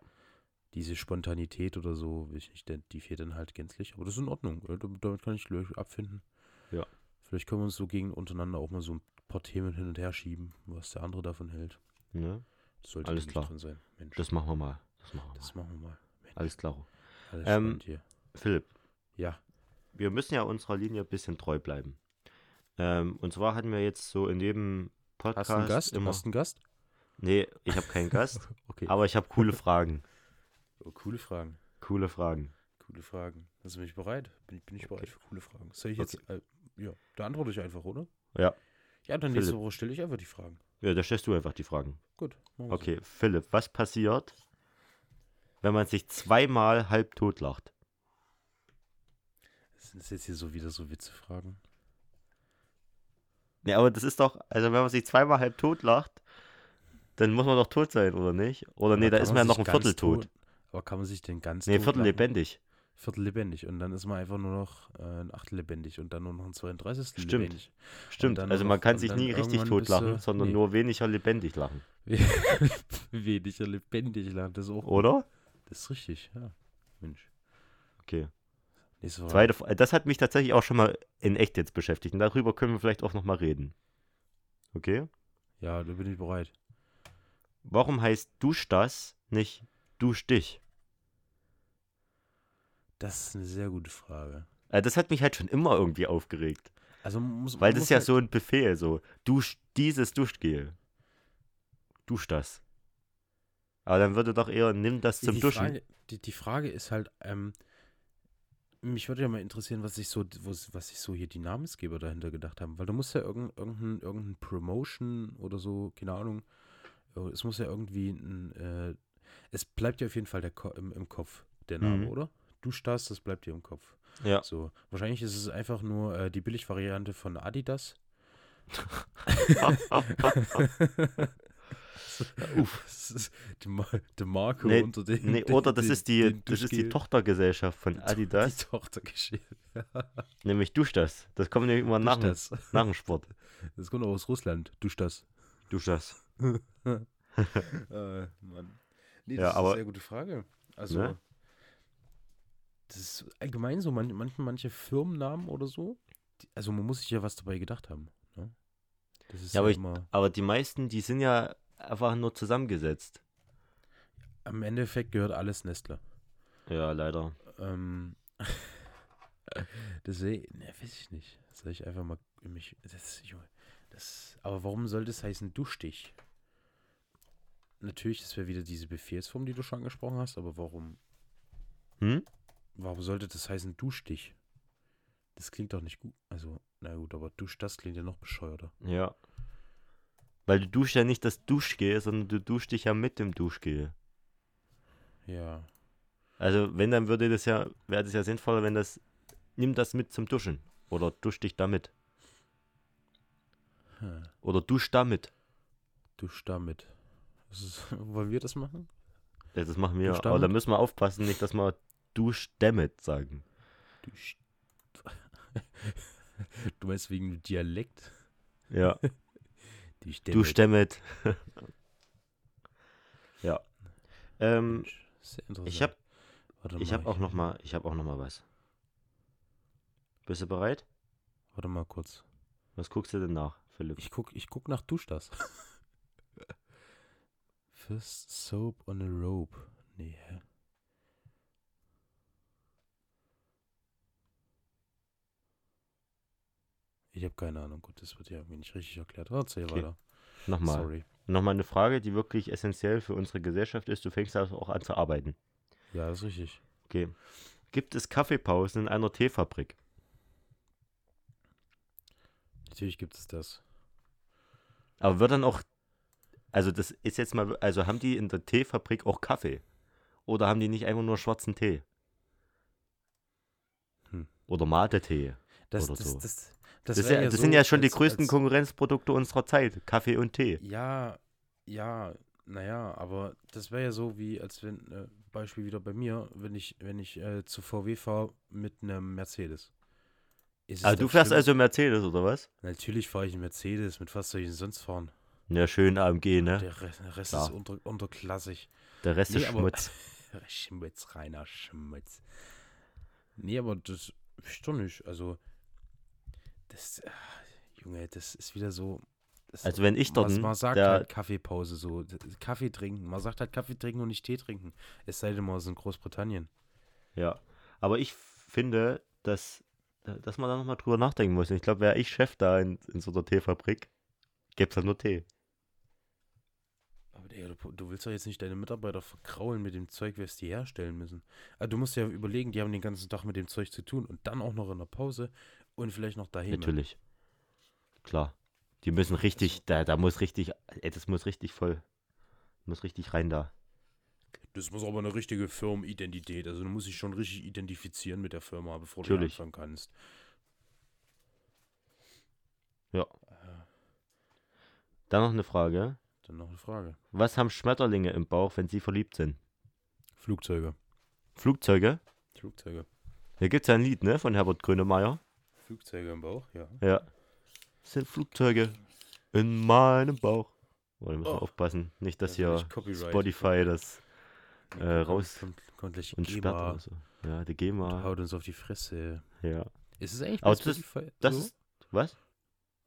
[SPEAKER 2] Diese Spontanität oder so, will ich nicht, denn die fehlt dann halt gänzlich. Aber das ist in Ordnung. oder? Damit damit kann ich gleich abfinden.
[SPEAKER 1] Ja.
[SPEAKER 2] Vielleicht können wir uns so gegen untereinander auch mal so ein paar Themen hin und her schieben, was der andere davon hält.
[SPEAKER 1] Ne?
[SPEAKER 2] Das sollte
[SPEAKER 1] Alles
[SPEAKER 2] nicht
[SPEAKER 1] klar.
[SPEAKER 2] drin sein. Mensch, das,
[SPEAKER 1] Das machen wir mal. Das machen wir mal.
[SPEAKER 2] machen wir mal. Mensch,
[SPEAKER 1] Alles klar.
[SPEAKER 2] alles
[SPEAKER 1] Ähm,
[SPEAKER 2] spannend hier.
[SPEAKER 1] Philipp,
[SPEAKER 2] Ja,
[SPEAKER 1] wir müssen ja unserer Linie ein bisschen treu bleiben. Ähm, und zwar hatten wir jetzt so in jedem Podcast
[SPEAKER 2] hast du einen Gast?
[SPEAKER 1] immer.
[SPEAKER 2] Hast du einen Gast?
[SPEAKER 1] Nee, ich habe keinen Gast,
[SPEAKER 2] Okay.
[SPEAKER 1] aber ich habe coole Fragen.
[SPEAKER 2] oh, coole Fragen.
[SPEAKER 1] Coole Fragen.
[SPEAKER 2] Coole Fragen. Also bin ich bereit? Bin, bin ich bereit für coole Fragen? Soll ich jetzt. Äh, ja, da antworte ich einfach, oder?
[SPEAKER 1] Ja.
[SPEAKER 2] Ja, dann nächste
[SPEAKER 1] Philipp.
[SPEAKER 2] Woche stelle ich einfach die Fragen.
[SPEAKER 1] Ja, da stellst du einfach die Fragen.
[SPEAKER 2] Gut. machen wir so.
[SPEAKER 1] Okay, Philipp, was passiert, wenn man sich zweimal halb tot lacht?
[SPEAKER 2] Sind das jetzt hier so wieder so Witze fragen?
[SPEAKER 1] Ja, aber das ist doch, also wenn man sich zweimal halb tot lacht, dann muss man doch tot sein, oder nicht? Oder nee, da ist man ja noch ein Viertel tot.
[SPEAKER 2] Aber kann man sich denn ganz
[SPEAKER 1] Nee,
[SPEAKER 2] tot
[SPEAKER 1] Viertel
[SPEAKER 2] lachen?
[SPEAKER 1] lebendig.
[SPEAKER 2] Viertel lebendig. Und dann ist man einfach nur noch äh, ein Achtel lebendig und dann nur noch ein 32.
[SPEAKER 1] Stimmt.
[SPEAKER 2] lebendig.
[SPEAKER 1] Stimmt,
[SPEAKER 2] dann
[SPEAKER 1] also
[SPEAKER 2] noch-
[SPEAKER 1] man kann
[SPEAKER 2] und
[SPEAKER 1] sich
[SPEAKER 2] dann
[SPEAKER 1] nie richtig
[SPEAKER 2] irgendwann
[SPEAKER 1] tot
[SPEAKER 2] bist du-
[SPEAKER 1] lachen, sondern
[SPEAKER 2] nee.
[SPEAKER 1] nur weniger lebendig lachen,
[SPEAKER 2] Weniger lebendig, lacht das ist auch.
[SPEAKER 1] oder?
[SPEAKER 2] Das ist richtig, ja. Mensch.
[SPEAKER 1] Okay.
[SPEAKER 2] Nächste Frage.
[SPEAKER 1] Zweite, Fra- das hat mich tatsächlich auch schon mal in echt jetzt beschäftigt. Und darüber können wir vielleicht auch nochmal reden. Okay?
[SPEAKER 2] Ja, da bin ich bereit.
[SPEAKER 1] Warum heißt Dusch das nicht Dusch dich?
[SPEAKER 2] Das ist eine sehr gute Frage.
[SPEAKER 1] Äh, Das hat mich halt schon immer irgendwie aufgeregt.
[SPEAKER 2] Also muss
[SPEAKER 1] Weil
[SPEAKER 2] man
[SPEAKER 1] das
[SPEAKER 2] muss
[SPEAKER 1] ist ja
[SPEAKER 2] halt-
[SPEAKER 1] so ein Befehl, so dusch dieses Duschgel. Dusch das. Aber dann würde doch eher nimm das
[SPEAKER 2] die-
[SPEAKER 1] zum
[SPEAKER 2] die
[SPEAKER 1] Duschen.
[SPEAKER 2] Frage, die, die Frage ist halt, ähm, mich würde ja mal interessieren, was sich so, was, was sich so hier die Namensgeber dahinter gedacht haben, weil du musst ja irgendein, irgendein, irgendein Promotion oder so, keine Ahnung, äh, es muss ja irgendwie ein, äh, es bleibt ja auf jeden Fall der Ko im, im Kopf, der Name,
[SPEAKER 1] Mhm.
[SPEAKER 2] oder? Du starrst, das bleibt dir im Kopf.
[SPEAKER 1] Ja.
[SPEAKER 2] So, wahrscheinlich ist es einfach nur äh, die Billigvariante von Adidas. Ah, Uff, das ist die, Mar die Marke
[SPEAKER 1] Nee,
[SPEAKER 2] unter den.
[SPEAKER 1] nee,
[SPEAKER 2] den-
[SPEAKER 1] oder das
[SPEAKER 2] den-
[SPEAKER 1] ist die,
[SPEAKER 2] den
[SPEAKER 1] das ist die
[SPEAKER 2] Duschgel.
[SPEAKER 1] Tochtergesellschaft von Adidas,
[SPEAKER 2] Die Tochtergeschichte.
[SPEAKER 1] nämlich Dusch das. Das kommt nämlich immer nach,
[SPEAKER 2] Dusch
[SPEAKER 1] dem-
[SPEAKER 2] das.
[SPEAKER 1] nach dem Sport.
[SPEAKER 2] Das kommt auch aus Russland. Dusch das.
[SPEAKER 1] Dusch das.
[SPEAKER 2] Äh, Mann. Nee,
[SPEAKER 1] Ja,
[SPEAKER 2] das ist
[SPEAKER 1] aber-
[SPEAKER 2] eine sehr gute Frage. Also,
[SPEAKER 1] Ne?
[SPEAKER 2] das ist allgemein so. Man, manche, manche Firmennamen oder so. Die, also, man muss sich ja was dabei gedacht haben. Ne? Das ist
[SPEAKER 1] Ja,
[SPEAKER 2] ja,
[SPEAKER 1] aber ich-
[SPEAKER 2] immer.
[SPEAKER 1] Aber die meisten, die sind ja einfach nur zusammengesetzt.
[SPEAKER 2] Am Endeffekt gehört alles Nestle.
[SPEAKER 1] Ja, leider.
[SPEAKER 2] Ähm, deswegen, ne, weiß ich nicht. Soll ich einfach mal in mich. Das, Junge, das, aber warum soll das heißen Duschstich? Natürlich, das wäre wieder diese Befehlsform, die du schon angesprochen hast, aber warum,
[SPEAKER 1] Hm?
[SPEAKER 2] warum sollte das heißen Duschstich? Das klingt doch nicht gut. Also, na gut, aber Dusch, das klingt ja noch bescheuerter.
[SPEAKER 1] Ja. Weil du duschst ja nicht das Duschgel, sondern du duschst dich ja mit dem Duschgel.
[SPEAKER 2] Ja.
[SPEAKER 1] Also wenn, dann würde das ja, wäre das ja sinnvoller, wenn das, nimm das mit zum Duschen. Oder dusch dich damit.
[SPEAKER 2] Hm.
[SPEAKER 1] Oder dusch damit.
[SPEAKER 2] Dusch damit. Das ist, wollen wir das machen?
[SPEAKER 1] Ja, das machen wir.
[SPEAKER 2] Dusch
[SPEAKER 1] Aber da
[SPEAKER 2] damit?
[SPEAKER 1] müssen wir aufpassen, nicht, dass wir dusch damit sagen.
[SPEAKER 2] Dusch. Du meinst wegen Dialekt?
[SPEAKER 1] Ja,
[SPEAKER 2] Dusch
[SPEAKER 1] dusch damit. ja. Ähm,
[SPEAKER 2] Mensch, Sehr interessant.
[SPEAKER 1] ich habe
[SPEAKER 2] Warte
[SPEAKER 1] ich
[SPEAKER 2] mal,
[SPEAKER 1] hab auch noch mal, ich habe auch noch mal was. Bist du bereit?
[SPEAKER 2] Warte mal kurz.
[SPEAKER 1] Was guckst du denn nach, Philipp?
[SPEAKER 2] Ich guck, ich guck nach Dusch das. First soap on a rope. Nee, hä? Ich habe keine Ahnung. Gut, das wird ja irgendwie nicht richtig erklärt. Erzähl
[SPEAKER 1] Okay.
[SPEAKER 2] weiter.
[SPEAKER 1] Nochmal.
[SPEAKER 2] Sorry.
[SPEAKER 1] Nochmal eine Frage, die wirklich essentiell für unsere Gesellschaft ist. Du fängst also auch an zu arbeiten.
[SPEAKER 2] Ja, das ist richtig.
[SPEAKER 1] Okay. Gibt es Kaffeepausen in einer Teefabrik?
[SPEAKER 2] Natürlich gibt es das.
[SPEAKER 1] Aber wird dann auch. Also, das ist jetzt mal. Also, haben die in der Teefabrik auch Kaffee? Oder haben die nicht einfach nur schwarzen Tee?
[SPEAKER 2] Hm.
[SPEAKER 1] Oder Mate-Tee?
[SPEAKER 2] Das,
[SPEAKER 1] Oder
[SPEAKER 2] das,
[SPEAKER 1] so.
[SPEAKER 2] das, das,
[SPEAKER 1] Das, ist
[SPEAKER 2] wär
[SPEAKER 1] ja, das sind ja schon die
[SPEAKER 2] als-
[SPEAKER 1] größten
[SPEAKER 2] als-
[SPEAKER 1] Konkurrenzprodukte unserer Zeit: Kaffee und Tee.
[SPEAKER 2] Ja, ja, naja, aber das wäre ja so wie, als wenn, äh, Beispiel wieder bei mir, wenn ich, wenn ich äh, zu VW fahre mit einem Mercedes. Ist es
[SPEAKER 1] Aber
[SPEAKER 2] dann
[SPEAKER 1] du fährst
[SPEAKER 2] schlimm?
[SPEAKER 1] also Mercedes, oder was?
[SPEAKER 2] Natürlich fahre ich einen Mercedes, mit was soll ich denn sonst fahren?
[SPEAKER 1] Ja, schön AMG, ne?
[SPEAKER 2] Der, Re der Rest
[SPEAKER 1] Klar.
[SPEAKER 2] ist unter unterklassig.
[SPEAKER 1] Der Rest
[SPEAKER 2] Nee,
[SPEAKER 1] ist
[SPEAKER 2] aber-
[SPEAKER 1] Schmutz.
[SPEAKER 2] Schmutz, reiner Schmutz. Nee, aber das ist doch nicht, also, das, ah, Junge, das ist wieder so, das
[SPEAKER 1] Also, wenn ich dort.
[SPEAKER 2] man, man sagt
[SPEAKER 1] der,
[SPEAKER 2] halt Kaffeepause so. D- Kaffee trinken. Man sagt halt Kaffee trinken und nicht Tee trinken. Es sei denn, man ist in Großbritannien.
[SPEAKER 1] Ja, aber ich finde, dass, dass man da nochmal drüber nachdenken muss. Und Ich glaube, wäre ich Chef da in, in so einer Teefabrik, gäbe es halt nur Tee.
[SPEAKER 2] Aber Digga, du, du willst doch jetzt nicht deine Mitarbeiter verkraulen mit dem Zeug, was die herstellen müssen. Also, du musst ja überlegen, die haben den ganzen Tag mit dem Zeug zu tun und dann auch noch in der Pause und vielleicht noch daheim.
[SPEAKER 1] Natürlich. Klar. Die müssen
[SPEAKER 2] Also-
[SPEAKER 1] richtig, da, da muss richtig, ey, das muss richtig voll, muss richtig rein da.
[SPEAKER 2] Das muss aber eine richtige Firmenidentität. Also, du musst dich schon richtig identifizieren mit der Firma, bevor
[SPEAKER 1] Natürlich.
[SPEAKER 2] du anfangen kannst.
[SPEAKER 1] Ja. Dann noch eine Frage.
[SPEAKER 2] Dann noch eine Frage.
[SPEAKER 1] Was haben Schmetterlinge im Bauch, wenn sie verliebt sind?
[SPEAKER 2] Flugzeuge.
[SPEAKER 1] Flugzeuge?
[SPEAKER 2] Flugzeuge.
[SPEAKER 1] Da gibt es ja ein Lied, ne, von Herbert Grönemeyer.
[SPEAKER 2] Flugzeuge im Bauch, ja.
[SPEAKER 1] Ja. Sind Flugzeuge in meinem Bauch. Oh, da müssen wir
[SPEAKER 2] Oh.
[SPEAKER 1] aufpassen. Nicht, dass
[SPEAKER 2] Da bin
[SPEAKER 1] hier
[SPEAKER 2] ich Copyright.
[SPEAKER 1] Spotify das äh,
[SPEAKER 2] Kommt-
[SPEAKER 1] raus
[SPEAKER 2] Kommt, kommt gleich
[SPEAKER 1] und sperrt
[SPEAKER 2] GEMA.
[SPEAKER 1] oder so. Ja, die GEMA.
[SPEAKER 2] Haut uns auf die Fresse.
[SPEAKER 1] Ja.
[SPEAKER 2] Ist es eigentlich
[SPEAKER 1] Aber
[SPEAKER 2] bei
[SPEAKER 1] das-
[SPEAKER 2] Spotify
[SPEAKER 1] Das
[SPEAKER 2] so?
[SPEAKER 1] ist. Was?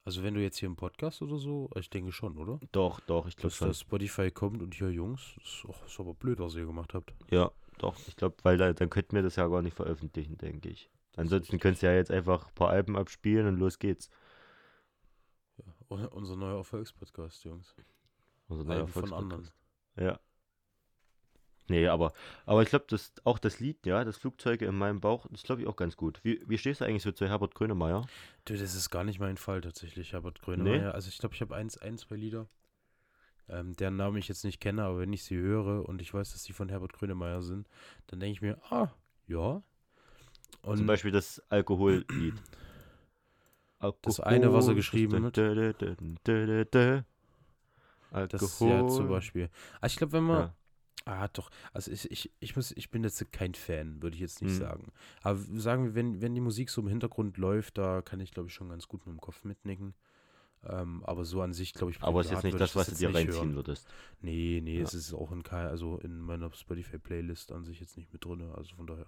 [SPEAKER 2] Also wenn du jetzt hier im Podcast oder so, ich denke schon, oder?
[SPEAKER 1] Doch, doch, ich glaube
[SPEAKER 2] Dass
[SPEAKER 1] schon.
[SPEAKER 2] da Spotify kommt und hier Jungs, ist, auch, ist aber blöd, was ihr gemacht habt.
[SPEAKER 1] Ja, doch. Ich glaube, weil da, dann könnten wir das ja gar nicht veröffentlichen, denke ich. Ansonsten könntest du ja jetzt einfach ein paar Alben abspielen und los geht's.
[SPEAKER 2] U- Unser neuer Erfolgspodcast, Jungs.
[SPEAKER 1] Unser neuer
[SPEAKER 2] Alben von
[SPEAKER 1] Volkspodcast.
[SPEAKER 2] anderen.
[SPEAKER 1] Ja. Nee, aber, aber ich glaube, das, auch das Lied, ja, das Flugzeuge in meinem Bauch, das glaube ich auch ganz gut. Wie, wie stehst du eigentlich so zu Herbert Grönemeyer?
[SPEAKER 2] Du, das ist gar nicht mein Fall tatsächlich, Herbert Grönemeyer. Also ich glaube, ich habe eins, ein, zwei Lieder, ähm, deren Namen ich jetzt nicht kenne, aber wenn ich sie höre und ich weiß, dass die von Herbert Grönemeyer sind, dann denke ich mir, ah, ja. Und
[SPEAKER 1] Zum Beispiel das Alkohollied.
[SPEAKER 2] Das eine, was er geschrieben hat.
[SPEAKER 1] hat. Alkohol.
[SPEAKER 2] das ist ja zum Beispiel. Also ich glaube, wenn man,
[SPEAKER 1] Ja.
[SPEAKER 2] Ah, doch. Also ich, ich, ich muss, ich bin jetzt kein Fan, würde ich jetzt nicht
[SPEAKER 1] Mhm.
[SPEAKER 2] sagen. Aber sagen wir, wenn, wenn die Musik so im Hintergrund läuft, da kann ich, glaube ich, schon ganz gut mit dem Kopf mitnicken. Ähm, aber so an sich, glaube ich,
[SPEAKER 1] Aber es ist jetzt
[SPEAKER 2] privat
[SPEAKER 1] nicht
[SPEAKER 2] würde ich
[SPEAKER 1] das, was du
[SPEAKER 2] jetzt
[SPEAKER 1] dir
[SPEAKER 2] nicht
[SPEAKER 1] reinziehen
[SPEAKER 2] hören.
[SPEAKER 1] würdest.
[SPEAKER 2] Nee, nee,
[SPEAKER 1] Ja.
[SPEAKER 2] es ist auch in kein, also in meiner Spotify-Playlist an sich jetzt nicht mit drin. Also von daher.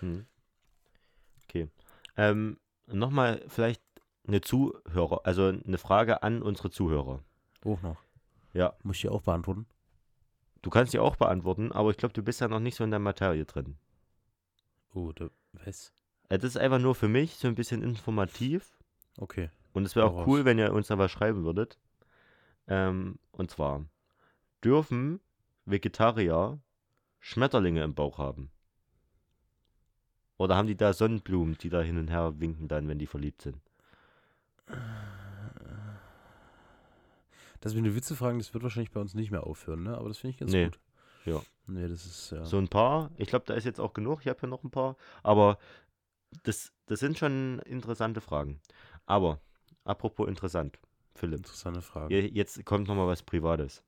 [SPEAKER 1] Hm. Okay. Ähm, Nochmal vielleicht eine Zuhörer, also eine Frage an unsere Zuhörer.
[SPEAKER 2] Hoch noch.
[SPEAKER 1] Ja.
[SPEAKER 2] Muss ich ja auch beantworten.
[SPEAKER 1] Du kannst die auch beantworten, aber ich glaube, du bist ja noch nicht so in der Materie drin.
[SPEAKER 2] Oh, da, was?
[SPEAKER 1] Äh, Das ist einfach nur für mich so ein bisschen informativ
[SPEAKER 2] Okay.
[SPEAKER 1] und es wäre
[SPEAKER 2] Hau
[SPEAKER 1] auch
[SPEAKER 2] raus.
[SPEAKER 1] cool, wenn ihr uns da was schreiben würdet. Ähm, und zwar, dürfen Vegetarier Schmetterlinge im Bauch haben? Oder haben die da Sonnenblumen, die da hin und her winken dann, wenn die verliebt sind?
[SPEAKER 2] Das mit den Witze fragen, das wird wahrscheinlich bei uns nicht mehr aufhören, ne? Aber das finde ich ganz
[SPEAKER 1] Nee.
[SPEAKER 2] gut.
[SPEAKER 1] Ja.
[SPEAKER 2] Nee, das ist ja.
[SPEAKER 1] So ein paar. Ich glaube, da ist jetzt auch genug. Ich habe hier noch ein paar. Aber das, das sind schon interessante Fragen. Aber, apropos interessant, Philipp,
[SPEAKER 2] Interessante Frage.
[SPEAKER 1] je- jetzt kommt nochmal was Privates.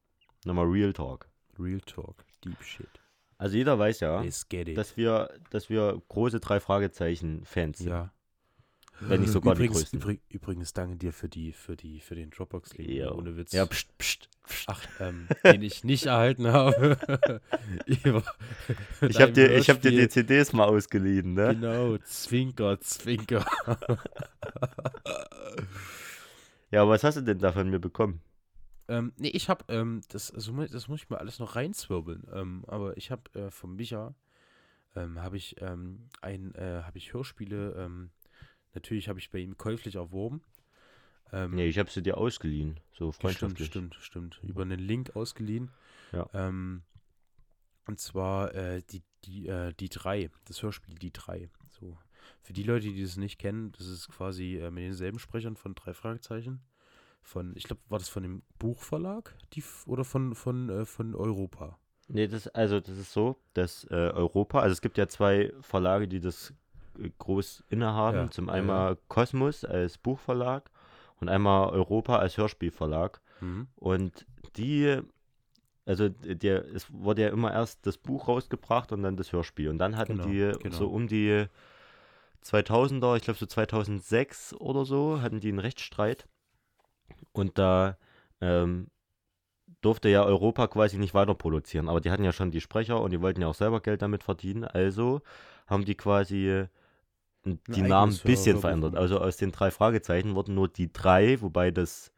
[SPEAKER 1] Nochmal Real Talk.
[SPEAKER 2] Real Talk. Deep Shit.
[SPEAKER 1] Also jeder weiß ja,
[SPEAKER 2] Let's get it.
[SPEAKER 1] dass wir, dass wir große drei Fragezeichen-Fans sind.
[SPEAKER 2] ja.
[SPEAKER 1] Wenn nicht sogar die
[SPEAKER 2] übrigens,
[SPEAKER 1] größten.
[SPEAKER 2] übrig, übrigens danke dir für die, für die, für den Dropbox-Link. ne?
[SPEAKER 1] Ja.
[SPEAKER 2] Ohne Witz.
[SPEAKER 1] Ja, pst, pst, pst.
[SPEAKER 2] Ach, ähm, den ich nicht erhalten habe. Über- mit
[SPEAKER 1] Ich habe
[SPEAKER 2] einem
[SPEAKER 1] dir, ich hab dir die
[SPEAKER 2] Hörspiel.
[SPEAKER 1] CDs mal ausgeliehen, ne?
[SPEAKER 2] Genau, Zwinker, Zwinker.
[SPEAKER 1] Ja, aber was hast du denn da von mir bekommen?
[SPEAKER 2] Ähm, nee, ich hab, ähm, das, also, mu- das muss ich mir alles noch reinzwirbeln. Ähm, aber ich hab äh, von Micha, ähm, habe ich ähm, ein, äh, habe ich Hörspiele, ähm, natürlich habe ich bei ihm käuflich erworben. Ähm,
[SPEAKER 1] Nee, ich habe sie dir ausgeliehen. So
[SPEAKER 2] Stimmt,
[SPEAKER 1] freundschaftlich.
[SPEAKER 2] stimmt, stimmt. Über einen Link ausgeliehen.
[SPEAKER 1] Ja.
[SPEAKER 2] Ähm, und zwar äh, die, die, äh, die drei, das Hörspiel Die drei. So. Für die Leute, die das nicht kennen, das ist quasi äh, mit denselben Sprechern von drei Fragezeichen. Von, ich glaube, war das von dem Buchverlag die, f- oder von, von, äh, von Europa?
[SPEAKER 1] Nee, das, also das ist so, dass äh, Europa, also es gibt ja zwei Verlage, die das äh, groß innehaben.
[SPEAKER 2] Ja,
[SPEAKER 1] Zum
[SPEAKER 2] ja,
[SPEAKER 1] einmal Kosmos als Buchverlag und einmal Europa als Hörspielverlag.
[SPEAKER 2] Mhm.
[SPEAKER 1] Und die, also der, es wurde ja immer erst das Buch rausgebracht und dann das Hörspiel. Und dann hatten
[SPEAKER 2] Genau,
[SPEAKER 1] die
[SPEAKER 2] genau.
[SPEAKER 1] so um die 2000er, ich glaube so 2006 oder so, hatten die einen Rechtsstreit. Und da ähm, durfte ja Europa quasi nicht weiter produzieren. Aber die hatten ja schon die Sprecher und die wollten ja auch selber Geld damit verdienen. Also haben die quasi äh, die
[SPEAKER 2] eigenes
[SPEAKER 1] Namen ein bisschen
[SPEAKER 2] Hörbuch
[SPEAKER 1] verändert.
[SPEAKER 2] gemacht.
[SPEAKER 1] Also aus den drei Fragezeichen wurden nur die drei, wobei das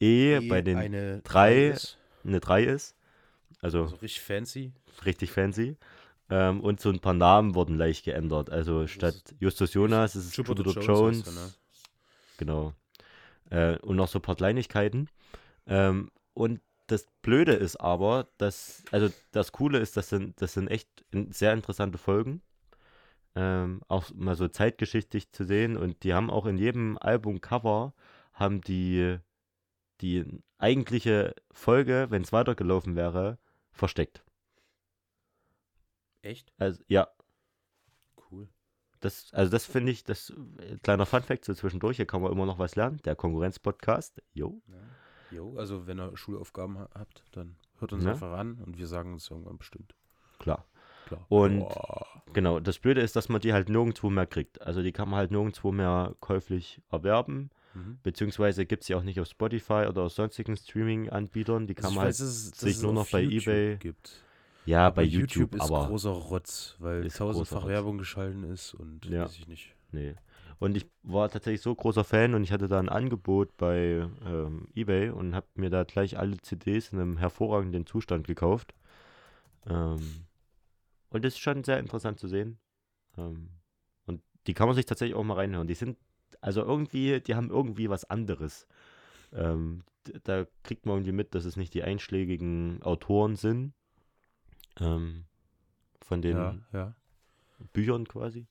[SPEAKER 1] E, bei den
[SPEAKER 2] eine
[SPEAKER 1] drei-
[SPEAKER 2] ist,
[SPEAKER 1] eine 3 ist. Also
[SPEAKER 2] also richtig fancy.
[SPEAKER 1] richtig fancy. Ähm, und so ein paar Namen wurden leicht geändert. Also statt Justus Jonas ist es Jupiter Jones.
[SPEAKER 2] heißt er, ne?
[SPEAKER 1] Genau. Äh, und noch so ein paar Kleinigkeiten. Ähm, und das Blöde ist aber, dass, also das Coole ist, das sind, das sind echt in- sehr interessante Folgen. Ähm, auch mal so zeitgeschichtlich zu sehen. Und die haben auch in jedem Albumcover haben die die eigentliche Folge, wenn es weitergelaufen wäre, versteckt.
[SPEAKER 2] Echt?
[SPEAKER 1] Also, ja,
[SPEAKER 2] Cool.
[SPEAKER 1] das, also das finde ich, das äh, kleiner Funfact so zwischendurch, hier kann man immer noch was lernen. Der Konkurrenz-Podcast, jo.
[SPEAKER 2] Ja. Jo, also wenn ihr Schulaufgaben ha habt, dann hört uns
[SPEAKER 1] Ja.
[SPEAKER 2] einfach an und wir sagen uns irgendwann bestimmt.
[SPEAKER 1] Klar.
[SPEAKER 2] Klar.
[SPEAKER 1] Und-
[SPEAKER 2] Boah.
[SPEAKER 1] Genau, das Blöde ist, dass man die halt nirgendwo mehr kriegt. Also die kann man halt nirgendwo mehr käuflich erwerben,
[SPEAKER 2] Mhm.
[SPEAKER 1] beziehungsweise gibt es sie auch nicht auf Spotify oder aus sonstigen Streaming-Anbietern. Die kann
[SPEAKER 2] Also ich
[SPEAKER 1] man
[SPEAKER 2] weiß,
[SPEAKER 1] halt,
[SPEAKER 2] dass es- dass
[SPEAKER 1] sich
[SPEAKER 2] es
[SPEAKER 1] nur
[SPEAKER 2] auf
[SPEAKER 1] noch bei
[SPEAKER 2] YouTube
[SPEAKER 1] eBay
[SPEAKER 2] gibt.
[SPEAKER 1] ja, bei YouTube,
[SPEAKER 2] ist
[SPEAKER 1] aber
[SPEAKER 2] großer Rotz, weil
[SPEAKER 1] ist großer
[SPEAKER 2] tausendfach
[SPEAKER 1] Rotz.
[SPEAKER 2] Werbung geschalten ist und
[SPEAKER 1] Ja.
[SPEAKER 2] weiß ich nicht.
[SPEAKER 1] nee. Und ich war tatsächlich so großer Fan und ich hatte da ein Angebot bei ähm, eBay und habe mir da gleich alle CDs in einem hervorragenden Zustand gekauft. Ähm, und das ist schon sehr interessant zu sehen. Ähm, und die kann man sich tatsächlich auch mal reinhören. Die sind, also irgendwie, die haben irgendwie was anderes. Ähm, d- da kriegt man irgendwie mit, dass es nicht die einschlägigen Autoren sind. Ähm, von den
[SPEAKER 2] Ja, ja.
[SPEAKER 1] Büchern quasi.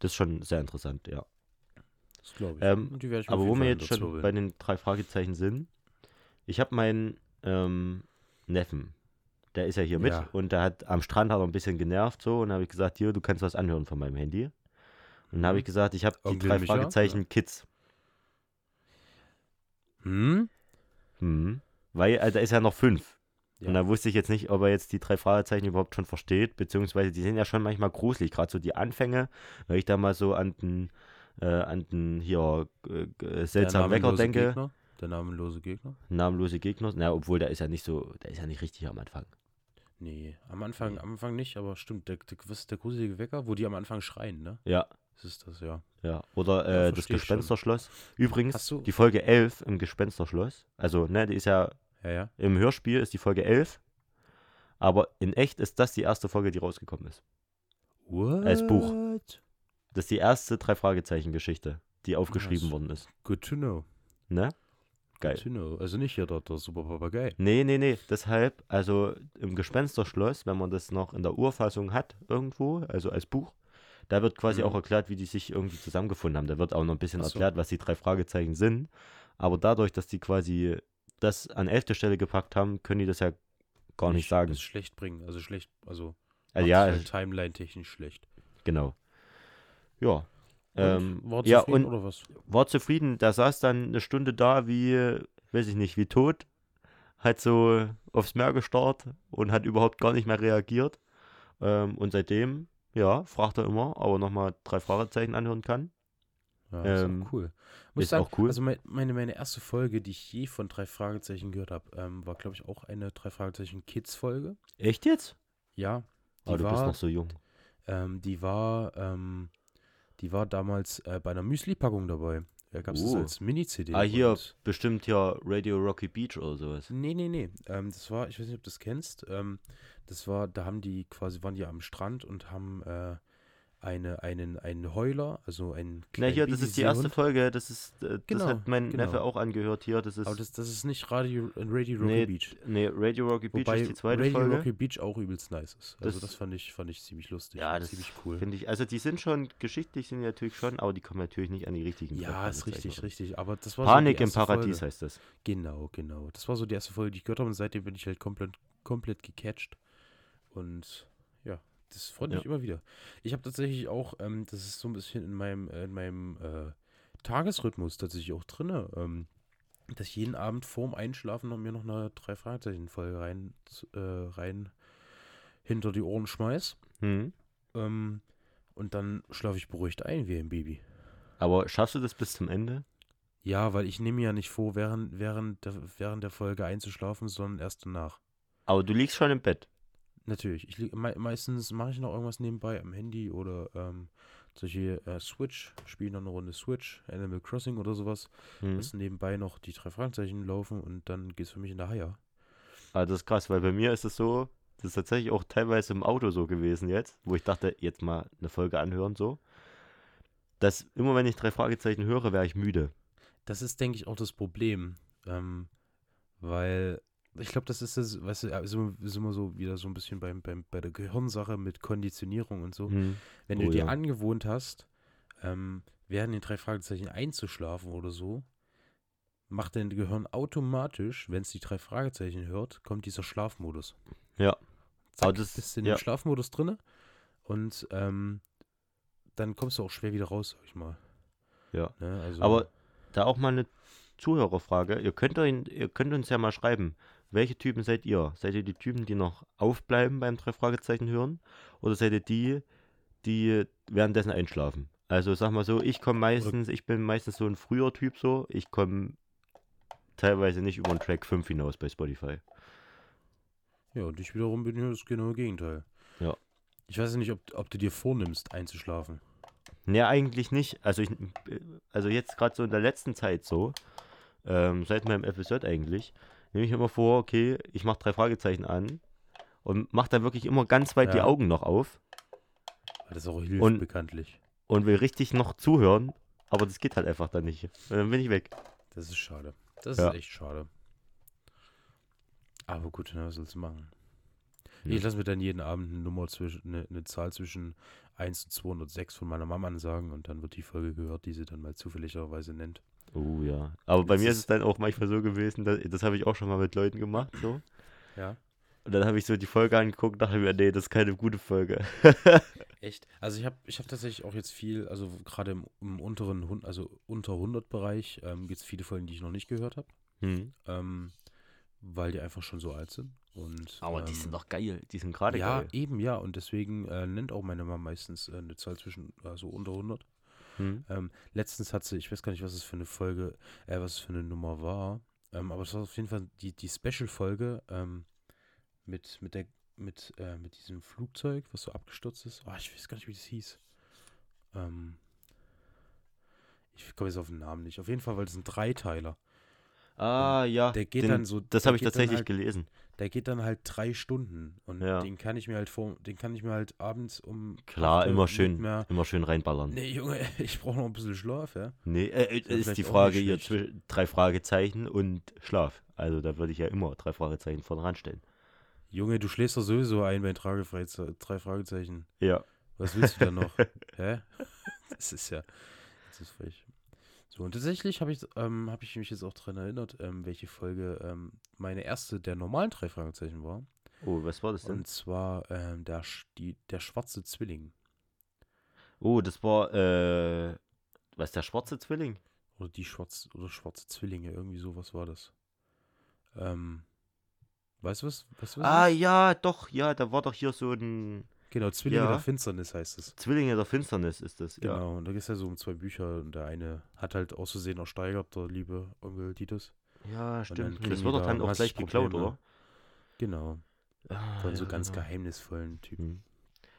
[SPEAKER 1] Das ist schon sehr interessant, ja.
[SPEAKER 2] Das glaube ich.
[SPEAKER 1] Ähm,
[SPEAKER 2] und die werde ich mir
[SPEAKER 1] Aber
[SPEAKER 2] auf
[SPEAKER 1] wo
[SPEAKER 2] jeden
[SPEAKER 1] wir
[SPEAKER 2] Fall
[SPEAKER 1] jetzt schon
[SPEAKER 2] unterzwirbeln.
[SPEAKER 1] bei den drei Fragezeichen sind, ich habe meinen ähm, Neffen, der ist ja hier mit
[SPEAKER 2] Ja.
[SPEAKER 1] und der hat am Strand hat er ein bisschen genervt so und da habe ich gesagt, hier, du kannst was anhören von meinem Handy. Und dann habe ich gesagt, ich habe die
[SPEAKER 2] Mhm. Onkel
[SPEAKER 1] drei
[SPEAKER 2] Micha?
[SPEAKER 1] Fragezeichen Kids.
[SPEAKER 2] Hm?
[SPEAKER 1] Mhm. Weil äh, da ist ja noch fünf.
[SPEAKER 2] Ja.
[SPEAKER 1] Und da wusste ich jetzt nicht, ob er jetzt die drei Fragezeichen überhaupt schon versteht, beziehungsweise die sind ja schon manchmal gruselig, gerade so die Anfänge, wenn ich da mal so an den, äh, an den hier äh, äh,
[SPEAKER 2] Der
[SPEAKER 1] seltsamen Wecker
[SPEAKER 2] namenlose
[SPEAKER 1] denke,
[SPEAKER 2] Gegner, der namenlose Gegner?
[SPEAKER 1] namenlose Gegner, na, obwohl der ist ja nicht so, der ist ja nicht richtig am Anfang.
[SPEAKER 2] Nee, am Anfang, am Anfang nicht, aber stimmt, der, der, was ist der gruselige Wecker, wo die am Anfang schreien, ne?
[SPEAKER 1] Ja,
[SPEAKER 2] Das ist das, ja.
[SPEAKER 1] ja. Oder äh,
[SPEAKER 2] Ja,
[SPEAKER 1] das
[SPEAKER 2] versteh ich schon.
[SPEAKER 1] Gespensterschloss. Übrigens,
[SPEAKER 2] Hast du-
[SPEAKER 1] die Folge 11 im Gespensterschloss, also, ne, die ist ja,
[SPEAKER 2] Ja, ja.
[SPEAKER 1] im Hörspiel ist die Folge 11, aber in echt ist das die erste Folge, die rausgekommen ist.
[SPEAKER 2] What?
[SPEAKER 1] Als Buch. Das ist die erste Drei-Fragezeichen-Geschichte, die aufgeschrieben
[SPEAKER 2] Nice.
[SPEAKER 1] worden ist.
[SPEAKER 2] Good to know.
[SPEAKER 1] Ne? Geil.
[SPEAKER 2] Good to know. Also nicht hier der, der super Papagei.
[SPEAKER 1] Nee, nee, nee. Deshalb, also im Gespensterschloss, wenn man das noch in der Urfassung hat, irgendwo, also als Buch, da wird quasi
[SPEAKER 2] Mhm.
[SPEAKER 1] auch erklärt, wie die sich irgendwie zusammengefunden haben. Da wird auch noch ein bisschen
[SPEAKER 2] Ach so.
[SPEAKER 1] erklärt, was die drei Fragezeichen sind. Aber dadurch, dass die quasi das an elfte Stelle gepackt haben, können die das ja gar nicht
[SPEAKER 2] Sch-
[SPEAKER 1] sagen.
[SPEAKER 2] Ist schlecht bringen. Also schlecht, also.
[SPEAKER 1] Also
[SPEAKER 2] macht
[SPEAKER 1] ja,
[SPEAKER 2] es Halt Timeline-technisch schlecht.
[SPEAKER 1] genau. Ja. Ähm,
[SPEAKER 2] Und? War
[SPEAKER 1] ja,
[SPEAKER 2] zufrieden
[SPEAKER 1] und
[SPEAKER 2] oder was?
[SPEAKER 1] war zufrieden. Der saß dann eine Stunde da wie, äh, weiß ich nicht, wie tot. Hat so aufs Meer gestarrt und hat überhaupt gar nicht mehr reagiert. Ähm, und seitdem, ja, fragt er immer, ob er nochmal drei Fragezeichen anhören kann.
[SPEAKER 2] Ja, ist
[SPEAKER 1] Ähm,
[SPEAKER 2] auch cool. Muss
[SPEAKER 1] ist
[SPEAKER 2] sagen,
[SPEAKER 1] auch cool.
[SPEAKER 2] Also mein, meine, meine erste Folge, die ich je von drei Fragezeichen gehört habe, ähm, war, glaube ich, auch eine drei Fragezeichen Kids-Folge.
[SPEAKER 1] Echt jetzt?
[SPEAKER 2] Ja. Die
[SPEAKER 1] Aber Ah, du bist
[SPEAKER 2] war,
[SPEAKER 1] noch so jung.
[SPEAKER 2] ähm, die war, ähm, die war damals äh, bei einer Müsli-Packung dabei. Da gab es das
[SPEAKER 1] Oh.
[SPEAKER 2] als Mini-CD.
[SPEAKER 1] ah, hier
[SPEAKER 2] und-
[SPEAKER 1] bestimmt ja Radio Rocky Beach oder sowas.
[SPEAKER 2] Nee, nee, nee. Ähm, das war, ich weiß nicht, ob du das kennst. Ähm, das war, da haben die quasi, waren die am Strand und haben äh, eine, einen, einen Heuler, also einen
[SPEAKER 1] Na
[SPEAKER 2] kleinen
[SPEAKER 1] hier, das ist die erste
[SPEAKER 2] Babysohn.
[SPEAKER 1] Folge, das ist, äh,
[SPEAKER 2] Genau,
[SPEAKER 1] das hat mein
[SPEAKER 2] genau.
[SPEAKER 1] Neffe auch angehört hier, das ist,
[SPEAKER 2] Aber das, das ist nicht Radio, Radio Rocky
[SPEAKER 1] nee,
[SPEAKER 2] Beach.
[SPEAKER 1] nee, Radio Rocky Beach
[SPEAKER 2] Wobei
[SPEAKER 1] ist die zweite
[SPEAKER 2] Radio
[SPEAKER 1] Folge.
[SPEAKER 2] Rocky Beach auch übelst nice ist. Also
[SPEAKER 1] Das-
[SPEAKER 2] das, fand, ich, fand ich ziemlich lustig.
[SPEAKER 1] ja,
[SPEAKER 2] und
[SPEAKER 1] das
[SPEAKER 2] ziemlich cool.
[SPEAKER 1] Finde ich, also die sind schon, geschichtlich sind die natürlich schon, aber die kommen natürlich nicht an die richtigen.
[SPEAKER 2] Ja,
[SPEAKER 1] Treffern,
[SPEAKER 2] ist
[SPEAKER 1] sag ich
[SPEAKER 2] richtig,
[SPEAKER 1] mal.
[SPEAKER 2] richtig. Aber das war so
[SPEAKER 1] Panik
[SPEAKER 2] die
[SPEAKER 1] im
[SPEAKER 2] erste
[SPEAKER 1] Paradies
[SPEAKER 2] Folge.
[SPEAKER 1] heißt das.
[SPEAKER 2] Genau, genau. Das war so die erste Folge, die ich gehört habe und seitdem bin ich halt komplett, komplett gecatcht. Und ja, das freut
[SPEAKER 1] Ja.
[SPEAKER 2] mich immer wieder. Ich habe tatsächlich auch, ähm, das ist so ein bisschen in meinem, äh, in meinem äh, Tagesrhythmus tatsächlich auch drin, ähm, dass ich jeden Abend vorm Einschlafen noch mir noch eine drei Fragezeichen Folge rein, äh, rein hinter die Ohren schmeiß.
[SPEAKER 1] Hm.
[SPEAKER 2] Ähm, und dann schlafe ich beruhigt ein wie ein Baby.
[SPEAKER 1] Aber schaffst du das bis zum Ende?
[SPEAKER 2] Ja, weil ich nehme mir ja nicht vor, während, während, der, während der Folge einzuschlafen, sondern erst danach.
[SPEAKER 1] Aber du liegst schon im Bett.
[SPEAKER 2] Natürlich. Ich lieg, mei meistens mache ich noch irgendwas nebenbei am Handy oder ähm, solche äh, Switch, spiele noch eine Runde Switch, Animal Crossing oder sowas.
[SPEAKER 1] Hm.
[SPEAKER 2] Lass nebenbei noch die drei Fragezeichen laufen und dann geht's für mich in der Haier.
[SPEAKER 1] Ah, das ist krass, weil bei mir ist es so, das ist tatsächlich auch teilweise im Auto so gewesen jetzt, wo ich dachte, jetzt mal eine Folge anhören, so. Dass immer wenn ich drei Fragezeichen höre, wäre ich müde.
[SPEAKER 2] Das ist, denke ich, auch das Problem. Ähm, weil ich glaube, das ist das, weißt du, ja, ist immer, ist immer so wieder so ein bisschen beim, beim, bei der Gehirnsache mit Konditionierung und so.
[SPEAKER 1] Hm.
[SPEAKER 2] Wenn
[SPEAKER 1] Oh
[SPEAKER 2] du dir
[SPEAKER 1] ja.
[SPEAKER 2] angewohnt hast, ähm, während den drei Fragezeichen einzuschlafen oder so, macht dein Gehirn automatisch, wenn es die drei Fragezeichen hört, kommt dieser Schlafmodus.
[SPEAKER 1] Ja. Aber
[SPEAKER 2] Zack,
[SPEAKER 1] das-
[SPEAKER 2] bist in
[SPEAKER 1] ja.
[SPEAKER 2] dem Schlafmodus drinne und ähm, dann kommst du auch schwer wieder raus, sag ich mal.
[SPEAKER 1] Ja.
[SPEAKER 2] Ne, also,
[SPEAKER 1] Aber da auch mal eine Zuhörerfrage. Ihr könnt, euch, ihr könnt uns ja mal schreiben, welche Typen seid ihr? Seid ihr die Typen, die noch aufbleiben beim drei Fragezeichen hören? Oder seid ihr die, die währenddessen einschlafen? Also sag mal so, ich komme meistens, ich bin meistens so ein früher Typ so, ich komme teilweise nicht über den Track 5 hinaus bei Spotify.
[SPEAKER 2] ja, und ich wiederum bin ja das genaue Gegenteil.
[SPEAKER 1] Ja.
[SPEAKER 2] Ich weiß ja nicht, ob, ob du dir vornimmst, einzuschlafen.
[SPEAKER 1] Nee, Ne, eigentlich nicht. Also, ich, also jetzt gerade so in der letzten Zeit so, ähm, seit meinem Episode eigentlich, nehme ich immer vor, okay, ich mache drei Fragezeichen an und mache dann wirklich immer ganz weit die
[SPEAKER 2] Ja.
[SPEAKER 1] Augen noch auf
[SPEAKER 2] Weil das auch hilft,
[SPEAKER 1] Und-
[SPEAKER 2] bekanntlich.
[SPEAKER 1] und will richtig noch zuhören, aber das geht halt einfach dann nicht. Und dann bin ich weg.
[SPEAKER 2] Das ist schade. Das
[SPEAKER 1] Ja.
[SPEAKER 2] ist echt schade. Aber gut, na, was sollst du machen?
[SPEAKER 1] Ja.
[SPEAKER 2] Ich lasse mir dann jeden Abend eine Nummer zwischen, eine, eine Zahl zwischen 1 und 206 von meiner Mama ansagen und dann wird die Folge gehört, die sie dann mal zufälligerweise nennt.
[SPEAKER 1] Oh ja. Aber bei
[SPEAKER 2] Das
[SPEAKER 1] mir ist
[SPEAKER 2] ist-
[SPEAKER 1] es dann auch manchmal so gewesen, dass, das habe ich auch schon mal mit Leuten gemacht, so.
[SPEAKER 2] Ja.
[SPEAKER 1] Und dann habe ich so die Folge angeguckt und dachte mir, nee, das ist keine gute Folge.
[SPEAKER 2] Echt? Also ich habe ich hab tatsächlich auch jetzt viel, also gerade im, im unteren, Hun- also unter 100 Bereich ähm, gibt es viele Folgen, die ich noch nicht gehört habe,
[SPEAKER 1] Hm.
[SPEAKER 2] ähm, weil die einfach schon so alt sind. Und, ähm,
[SPEAKER 1] doch geil. Die sind gerade
[SPEAKER 2] ja,
[SPEAKER 1] geil.
[SPEAKER 2] eben, ja. Und deswegen äh, nennt auch meine Mama meistens äh, eine Zahl zwischen, also unter 100.
[SPEAKER 1] Hm.
[SPEAKER 2] Ähm, letztens hat sie, ich weiß gar nicht, was es für eine Folge, äh, was es für eine Nummer war. Ähm, aber es war auf jeden Fall die, die Special-Folge ähm, mit, mit, der, mit, äh, mit diesem Flugzeug, was so abgestürzt ist. Oh, ich weiß gar nicht, wie das hieß. Ähm, ich komme jetzt auf den Namen nicht. Auf jeden Fall, weil das ein Dreiteiler.
[SPEAKER 1] Ah, ja.
[SPEAKER 2] Der geht
[SPEAKER 1] den-
[SPEAKER 2] dann so.
[SPEAKER 1] Das
[SPEAKER 2] der
[SPEAKER 1] habe ich
[SPEAKER 2] geht dann
[SPEAKER 1] tatsächlich
[SPEAKER 2] halt-
[SPEAKER 1] gelesen.
[SPEAKER 2] der geht dann halt drei Stunden und
[SPEAKER 1] Ja.
[SPEAKER 2] den kann ich mir halt vor, den kann ich mir halt abends um
[SPEAKER 1] Klar,
[SPEAKER 2] acht Uhr
[SPEAKER 1] immer
[SPEAKER 2] nicht
[SPEAKER 1] schön,
[SPEAKER 2] mehr.
[SPEAKER 1] immer schön reinballern. Nee,
[SPEAKER 2] Nee, Junge, ich brauche noch ein bisschen Schlaf, ja.
[SPEAKER 1] äh, äh,
[SPEAKER 2] Ja,
[SPEAKER 1] ist die
[SPEAKER 2] vielleicht auch
[SPEAKER 1] Frage
[SPEAKER 2] nicht
[SPEAKER 1] hier
[SPEAKER 2] schlecht.
[SPEAKER 1] zwischen drei Fragezeichen und Schlaf. Also da würde ich ja immer drei Fragezeichen vorne ranstellen.
[SPEAKER 2] Junge, du schläfst doch sowieso ein bei drei Frageze- drei Fragezeichen.
[SPEAKER 1] Ja.
[SPEAKER 2] Was willst du da noch? Hä? Das ist ja, das ist frech. So, und tatsächlich habe ich, ähm, hab ich mich jetzt auch daran erinnert, ähm, welche Folge ähm, meine erste der normalen drei Fragezeichen war.
[SPEAKER 1] Oh, was war das denn?
[SPEAKER 2] Und zwar ähm, der, Sch- die, der schwarze Zwilling.
[SPEAKER 1] oh, das war, äh, was, der schwarze Zwilling?
[SPEAKER 2] Oder die schwarz oder schwarze Zwillinge, irgendwie sowas war das. Ähm, weißt du was? Weißt du was?
[SPEAKER 1] Ah,
[SPEAKER 2] es ist?
[SPEAKER 1] ja, doch, ja, da war doch hier so ein
[SPEAKER 2] Genau, Zwillinge
[SPEAKER 1] ja.
[SPEAKER 2] der Finsternis heißt es.
[SPEAKER 1] Zwillinge der Finsternis ist das, ja.
[SPEAKER 2] Genau, und da geht es ja so um zwei Bücher und der eine hat halt aus Versehen ersteigert, der liebe Onkel Titus.
[SPEAKER 1] Ja, stimmt. Und
[SPEAKER 2] kriegen
[SPEAKER 1] das
[SPEAKER 2] die
[SPEAKER 1] wird doch
[SPEAKER 2] da
[SPEAKER 1] dann auch gleich
[SPEAKER 2] massig
[SPEAKER 1] geklaut,
[SPEAKER 2] Probleme.
[SPEAKER 1] oder?
[SPEAKER 2] Genau,
[SPEAKER 1] Ah,
[SPEAKER 2] von so
[SPEAKER 1] ja,
[SPEAKER 2] ganz
[SPEAKER 1] genau.
[SPEAKER 2] geheimnisvollen Typen.
[SPEAKER 1] Hm.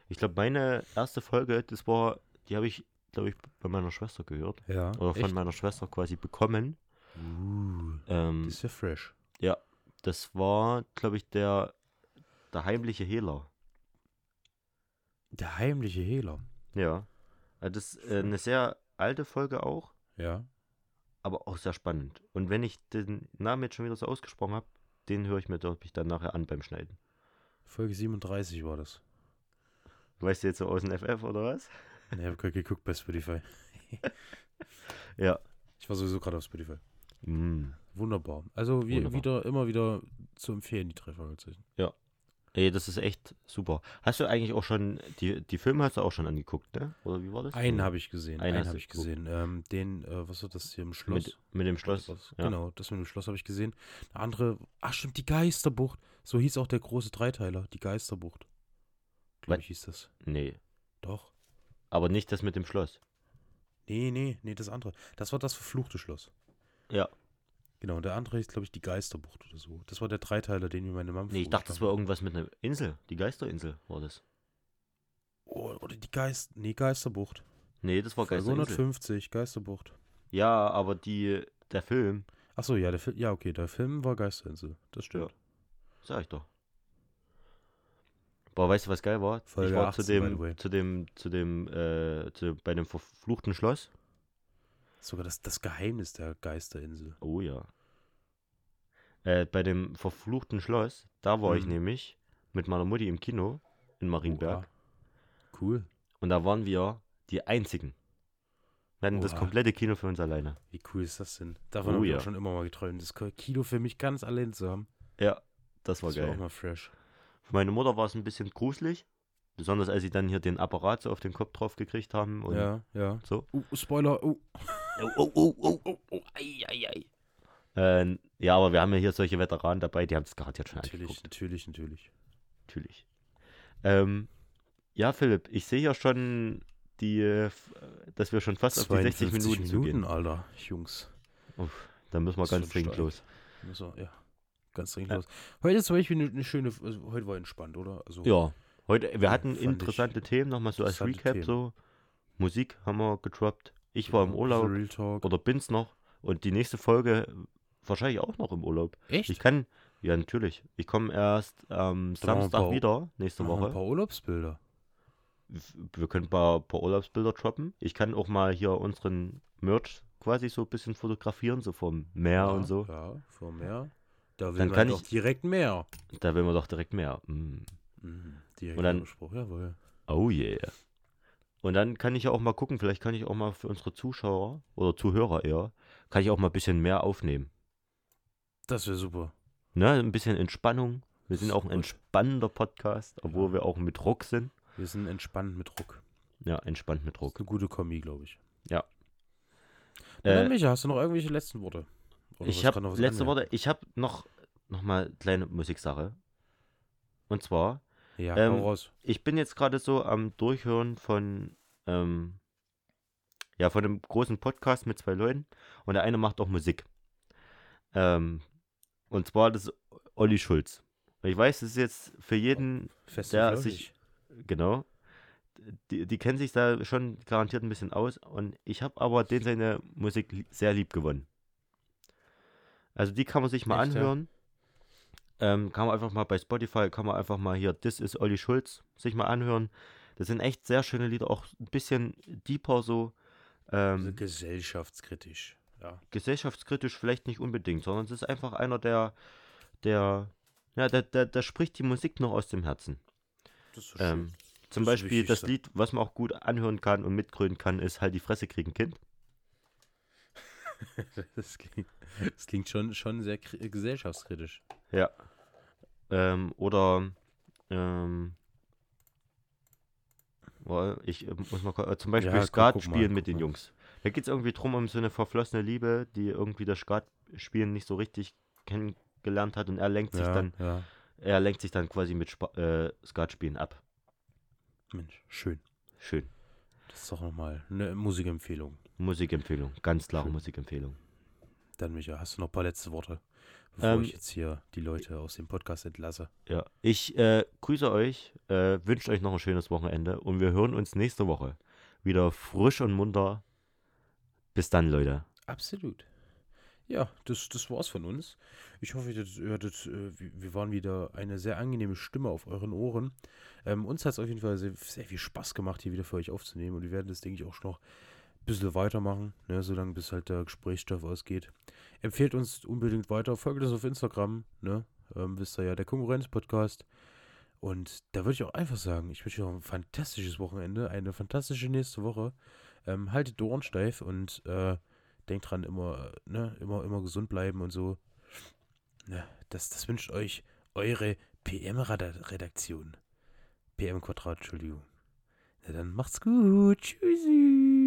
[SPEAKER 1] Ich glaube, meine erste Folge, das war, die habe ich, glaube ich, bei meiner Schwester gehört.
[SPEAKER 2] Ja,
[SPEAKER 1] oder von meiner Schwester quasi bekommen.
[SPEAKER 2] Uh,
[SPEAKER 1] Ähm,
[SPEAKER 2] das ist ja fresh.
[SPEAKER 1] das war, glaube ich, der, der heimliche Hehler.
[SPEAKER 2] Der heimliche Hehler.
[SPEAKER 1] Ja. Also Das ist äh, eine sehr alte Folge auch,
[SPEAKER 2] Ja.
[SPEAKER 1] aber auch sehr spannend. Und wenn ich den Namen jetzt schon wieder so ausgesprochen habe, den höre ich mir, glaube ich, dann nachher an beim Schneiden.
[SPEAKER 2] Folge 37 war das.
[SPEAKER 1] Weißt du jetzt so aus dem FF oder was?
[SPEAKER 2] Ich habe gerade geguckt bei Spotify.
[SPEAKER 1] Ja.
[SPEAKER 2] Ich war sowieso gerade auf Spotify. Mhm.
[SPEAKER 1] Mm.
[SPEAKER 2] Wunderbar. Also wie,
[SPEAKER 1] Wunderbar.
[SPEAKER 2] wieder immer wieder zu empfehlen, die drei Fragezeichen.
[SPEAKER 1] Ey, das ist echt super. Hast du eigentlich auch schon, die, die Filme hast du auch schon angeguckt, ne? Oder wie war das?
[SPEAKER 2] Einen habe ich gesehen.
[SPEAKER 1] Einen
[SPEAKER 2] Einen,
[SPEAKER 1] hast du
[SPEAKER 2] habe ich
[SPEAKER 1] geguckt.
[SPEAKER 2] gesehen. Ähm, den, äh, was war das hier im Schloss?
[SPEAKER 1] mit, mit dem Schloss.
[SPEAKER 2] Schloss.
[SPEAKER 1] Ja.
[SPEAKER 2] Genau, das mit dem Schloss habe ich gesehen. Eine andere, ach stimmt, die Geisterbucht. So hieß auch der große Dreiteiler, die Geisterbucht.
[SPEAKER 1] Was?
[SPEAKER 2] Glaube ich hieß das.
[SPEAKER 1] Nee.
[SPEAKER 2] Doch.
[SPEAKER 1] Aber nicht das mit dem Schloss.
[SPEAKER 2] Nee, nee, nee, das andere. Das war das verfluchte Schloss.
[SPEAKER 1] Ja.
[SPEAKER 2] Genau, und der andere hieß, glaube ich, die Geisterbucht oder so. Das war der Dreiteiler, den mir meine Mama
[SPEAKER 1] Nee, ich dachte, das war
[SPEAKER 2] vorgeschlagen
[SPEAKER 1] irgendwas mit einer Insel. Die Geisterinsel war das.
[SPEAKER 2] hat. Oh, oder die Geist, nee, Geisterbucht.
[SPEAKER 1] Nee, das war
[SPEAKER 2] Folge
[SPEAKER 1] Geisterinsel.
[SPEAKER 2] 150, Geisterbucht.
[SPEAKER 1] Ja, aber die, der Film,
[SPEAKER 2] Achso, ja, der Film, ja, okay, der Film war Geisterinsel. Das stimmt.
[SPEAKER 1] sag ich doch. Boah, weißt du, was geil war? ich
[SPEAKER 2] Folge
[SPEAKER 1] war zu
[SPEAKER 2] 18, by the
[SPEAKER 1] dem,
[SPEAKER 2] way.
[SPEAKER 1] zu dem, zu dem, äh, zu, bei dem verfluchten Schloss.
[SPEAKER 2] Sogar das, das Geheimnis der Geisterinsel.
[SPEAKER 1] Oh ja. Äh, bei dem verfluchten Schloss, da war ich
[SPEAKER 2] Mhm.
[SPEAKER 1] nämlich mit meiner Mutti im Kino in Marienberg.
[SPEAKER 2] Oha. Cool.
[SPEAKER 1] Und da waren wir die Einzigen. Wir hatten das
[SPEAKER 2] Oha.
[SPEAKER 1] komplette Kino für uns alleine.
[SPEAKER 2] Wie cool ist das denn? Davon
[SPEAKER 1] Oh
[SPEAKER 2] habe ich
[SPEAKER 1] ja.
[SPEAKER 2] auch schon immer mal geträumt, das Kino für mich ganz allein zu haben.
[SPEAKER 1] Ja, das war
[SPEAKER 2] das war auch
[SPEAKER 1] geil.
[SPEAKER 2] mal fresh.
[SPEAKER 1] Für meine Mutter war es ein bisschen gruselig. Besonders als sie dann hier den Apparat so auf den Kopf drauf gekriegt haben. Und
[SPEAKER 2] Ja, ja.
[SPEAKER 1] so.
[SPEAKER 2] Oh, Spoiler. Oh.
[SPEAKER 1] Oh, oh, oh, oh, oh, ei, ei, ei. Äh, ja, aber wir haben ja hier solche Veteranen dabei, die haben es garantiert schon angeguckt.
[SPEAKER 2] Natürlich, natürlich, natürlich.
[SPEAKER 1] Natürlich. Ähm, ja, Philipp, ich sehe ja schon, die, äh, f- dass wir schon fast auf die 60
[SPEAKER 2] 52
[SPEAKER 1] Minuten, zugehen.
[SPEAKER 2] Alter, Jungs.
[SPEAKER 1] Uff, da müssen wir
[SPEAKER 2] Ist
[SPEAKER 1] ganz
[SPEAKER 2] schon
[SPEAKER 1] dringend
[SPEAKER 2] stark.
[SPEAKER 1] los.
[SPEAKER 2] So, ja. Ganz dringend
[SPEAKER 1] Ja.
[SPEAKER 2] los. Heute ist zum Beispiel eine, eine schöne, also heute war entspannt, oder? Also,
[SPEAKER 1] Ja, heute, wir hatten
[SPEAKER 2] fand ich
[SPEAKER 1] interessante Themen nochmal so als
[SPEAKER 2] interessante
[SPEAKER 1] Recap,
[SPEAKER 2] Themen.
[SPEAKER 1] so. Musik haben wir gedroppt. Ich war im Urlaub
[SPEAKER 2] Real Talk.
[SPEAKER 1] oder bin's noch. Und die nächste Folge wahrscheinlich auch noch im Urlaub. Ich
[SPEAKER 2] Echt?
[SPEAKER 1] kann, ja, natürlich. Ich komme erst am
[SPEAKER 2] Dann machen wir
[SPEAKER 1] Samstag
[SPEAKER 2] Pau-
[SPEAKER 1] wieder, nächste
[SPEAKER 2] Machen wir Ein
[SPEAKER 1] Woche.
[SPEAKER 2] paar Urlaubsbilder.
[SPEAKER 1] wir können ein paar, paar Urlaubsbilder droppen. Ich kann auch mal hier unseren Merch quasi so ein bisschen fotografieren, so vom Meer und so.
[SPEAKER 2] Ja, vor mehr. Da will
[SPEAKER 1] Dann
[SPEAKER 2] man
[SPEAKER 1] kann
[SPEAKER 2] doch
[SPEAKER 1] ich-
[SPEAKER 2] direkt mehr.
[SPEAKER 1] Da will man doch direkt mehr. Mm.
[SPEAKER 2] Mhm, direkt
[SPEAKER 1] Und dann-
[SPEAKER 2] Spruch, jawohl.
[SPEAKER 1] Oh yeah. Und dann kann ich ja auch mal gucken, vielleicht kann ich auch mal für unsere Zuschauer oder Zuhörer eher, kann ich auch mal ein bisschen mehr aufnehmen.
[SPEAKER 2] Das wäre super.
[SPEAKER 1] Ne, ein bisschen Entspannung. Wir sind auch ein
[SPEAKER 2] Gut.
[SPEAKER 1] entspannender Podcast, obwohl wir auch mit Druck sind.
[SPEAKER 2] Wir sind entspannt mit Druck.
[SPEAKER 1] Ja, entspannt mit
[SPEAKER 2] Druck.
[SPEAKER 1] Druck.
[SPEAKER 2] Eine gute Kombi, glaube ich. Na Dann,
[SPEAKER 1] Äh,
[SPEAKER 2] Micha, hast du noch irgendwelche letzten Worte? Oder
[SPEAKER 1] ich
[SPEAKER 2] was
[SPEAKER 1] habe
[SPEAKER 2] kann noch was
[SPEAKER 1] letzte
[SPEAKER 2] anmerken?
[SPEAKER 1] Worte, ich habe noch, noch mal kleine Musiksache. Und zwar,
[SPEAKER 2] Ja,
[SPEAKER 1] Ähm,
[SPEAKER 2] hau raus.
[SPEAKER 1] ich bin jetzt gerade so am Durchhören von, ähm, ja, von einem großen Podcast mit zwei Leuten und der eine macht auch Musik. Ähm, und zwar das ist Olli Schulz. Und Ich weiß, das ist jetzt für jeden,
[SPEAKER 2] Fest
[SPEAKER 1] der
[SPEAKER 2] flauschig.
[SPEAKER 1] sich- genau, die, die kennen sich da schon garantiert ein bisschen aus und ich habe aber den seine Musik li- sehr lieb gewonnen. Also die kann man sich mal
[SPEAKER 2] Echt, ja?
[SPEAKER 1] anhören. Ähm, kann man einfach mal bei Spotify, kann man einfach mal hier This is Olli Schulz sich mal anhören. Das sind echt sehr schöne Lieder, auch ein bisschen deeper so.
[SPEAKER 2] Also
[SPEAKER 1] Ähm,
[SPEAKER 2] gesellschaftskritisch. Ja.
[SPEAKER 1] gesellschaftskritisch vielleicht nicht unbedingt, sondern es ist einfach einer, der, der, ja, der, der, der spricht die Musik noch aus dem Herzen.
[SPEAKER 2] Das ist
[SPEAKER 1] Ähm, zum
[SPEAKER 2] Das ist das
[SPEAKER 1] Beispiel das
[SPEAKER 2] Wichtigste.
[SPEAKER 1] Lied, was man auch gut anhören kann und mitgrölen kann, ist Halt die Fresse kriegen Kind.
[SPEAKER 2] schön. Das klingt, das klingt schon, schon sehr kri- gesellschaftskritisch.
[SPEAKER 1] Ja. Ähm, oder ähm, boah, ich äh, muss mal ko- äh, zum Beispiel
[SPEAKER 2] Ja, guck-
[SPEAKER 1] Skat
[SPEAKER 2] guck mal,
[SPEAKER 1] spielen mit
[SPEAKER 2] guck
[SPEAKER 1] den
[SPEAKER 2] mal.
[SPEAKER 1] Jungs. Da geht es irgendwie drum um so eine verflossene Liebe, die irgendwie das Skat spielen nicht so richtig kennengelernt hat und er lenkt sich
[SPEAKER 2] ja,
[SPEAKER 1] dann,
[SPEAKER 2] ja.
[SPEAKER 1] er lenkt sich dann quasi mit Spa äh, Skat spielen ab.
[SPEAKER 2] Mensch, schön.
[SPEAKER 1] Schön.
[SPEAKER 2] Das ist doch nochmal eine Musikempfehlung.
[SPEAKER 1] Musikempfehlung, ganz klare
[SPEAKER 2] Schön.
[SPEAKER 1] Musikempfehlung.
[SPEAKER 2] Dann, Micha, hast du noch ein paar letzte Worte, bevor
[SPEAKER 1] Ähm,
[SPEAKER 2] ich jetzt hier die Leute aus dem Podcast entlasse?
[SPEAKER 1] Ja, ich äh, grüße euch, äh, wünsche euch noch ein schönes Wochenende und wir hören uns nächste Woche wieder frisch und munter. Bis dann, Leute.
[SPEAKER 2] Absolut. Ja, das, das war's von uns. Ich hoffe, ihr hattet, ihr hattet, äh, wir wir waren wieder eine sehr angenehme Stimme auf euren Ohren. Ähm, uns hat es auf jeden Fall sehr, sehr viel Spaß gemacht, hier wieder für euch aufzunehmen. Und wir werden das, denke ich, auch noch ein bisschen weitermachen, ne, solange bis halt der Gesprächsstoff ausgeht. Empfehlt uns unbedingt weiter, folgt uns auf Instagram, ne? Ähm, wisst ihr ja, der Konkurrenz-Podcast. Und da würde ich auch einfach sagen, ich wünsche euch noch ein fantastisches Wochenende, eine fantastische nächste Woche. Ähm, haltet die Ohren steif und äh, denkt dran, immer, äh, ne, immer, immer gesund bleiben und so. Ne, das, das wünscht euch eure PM-Redaktion. PM Quadrat, Entschuldigung. Na dann macht's gut. Tschüssi.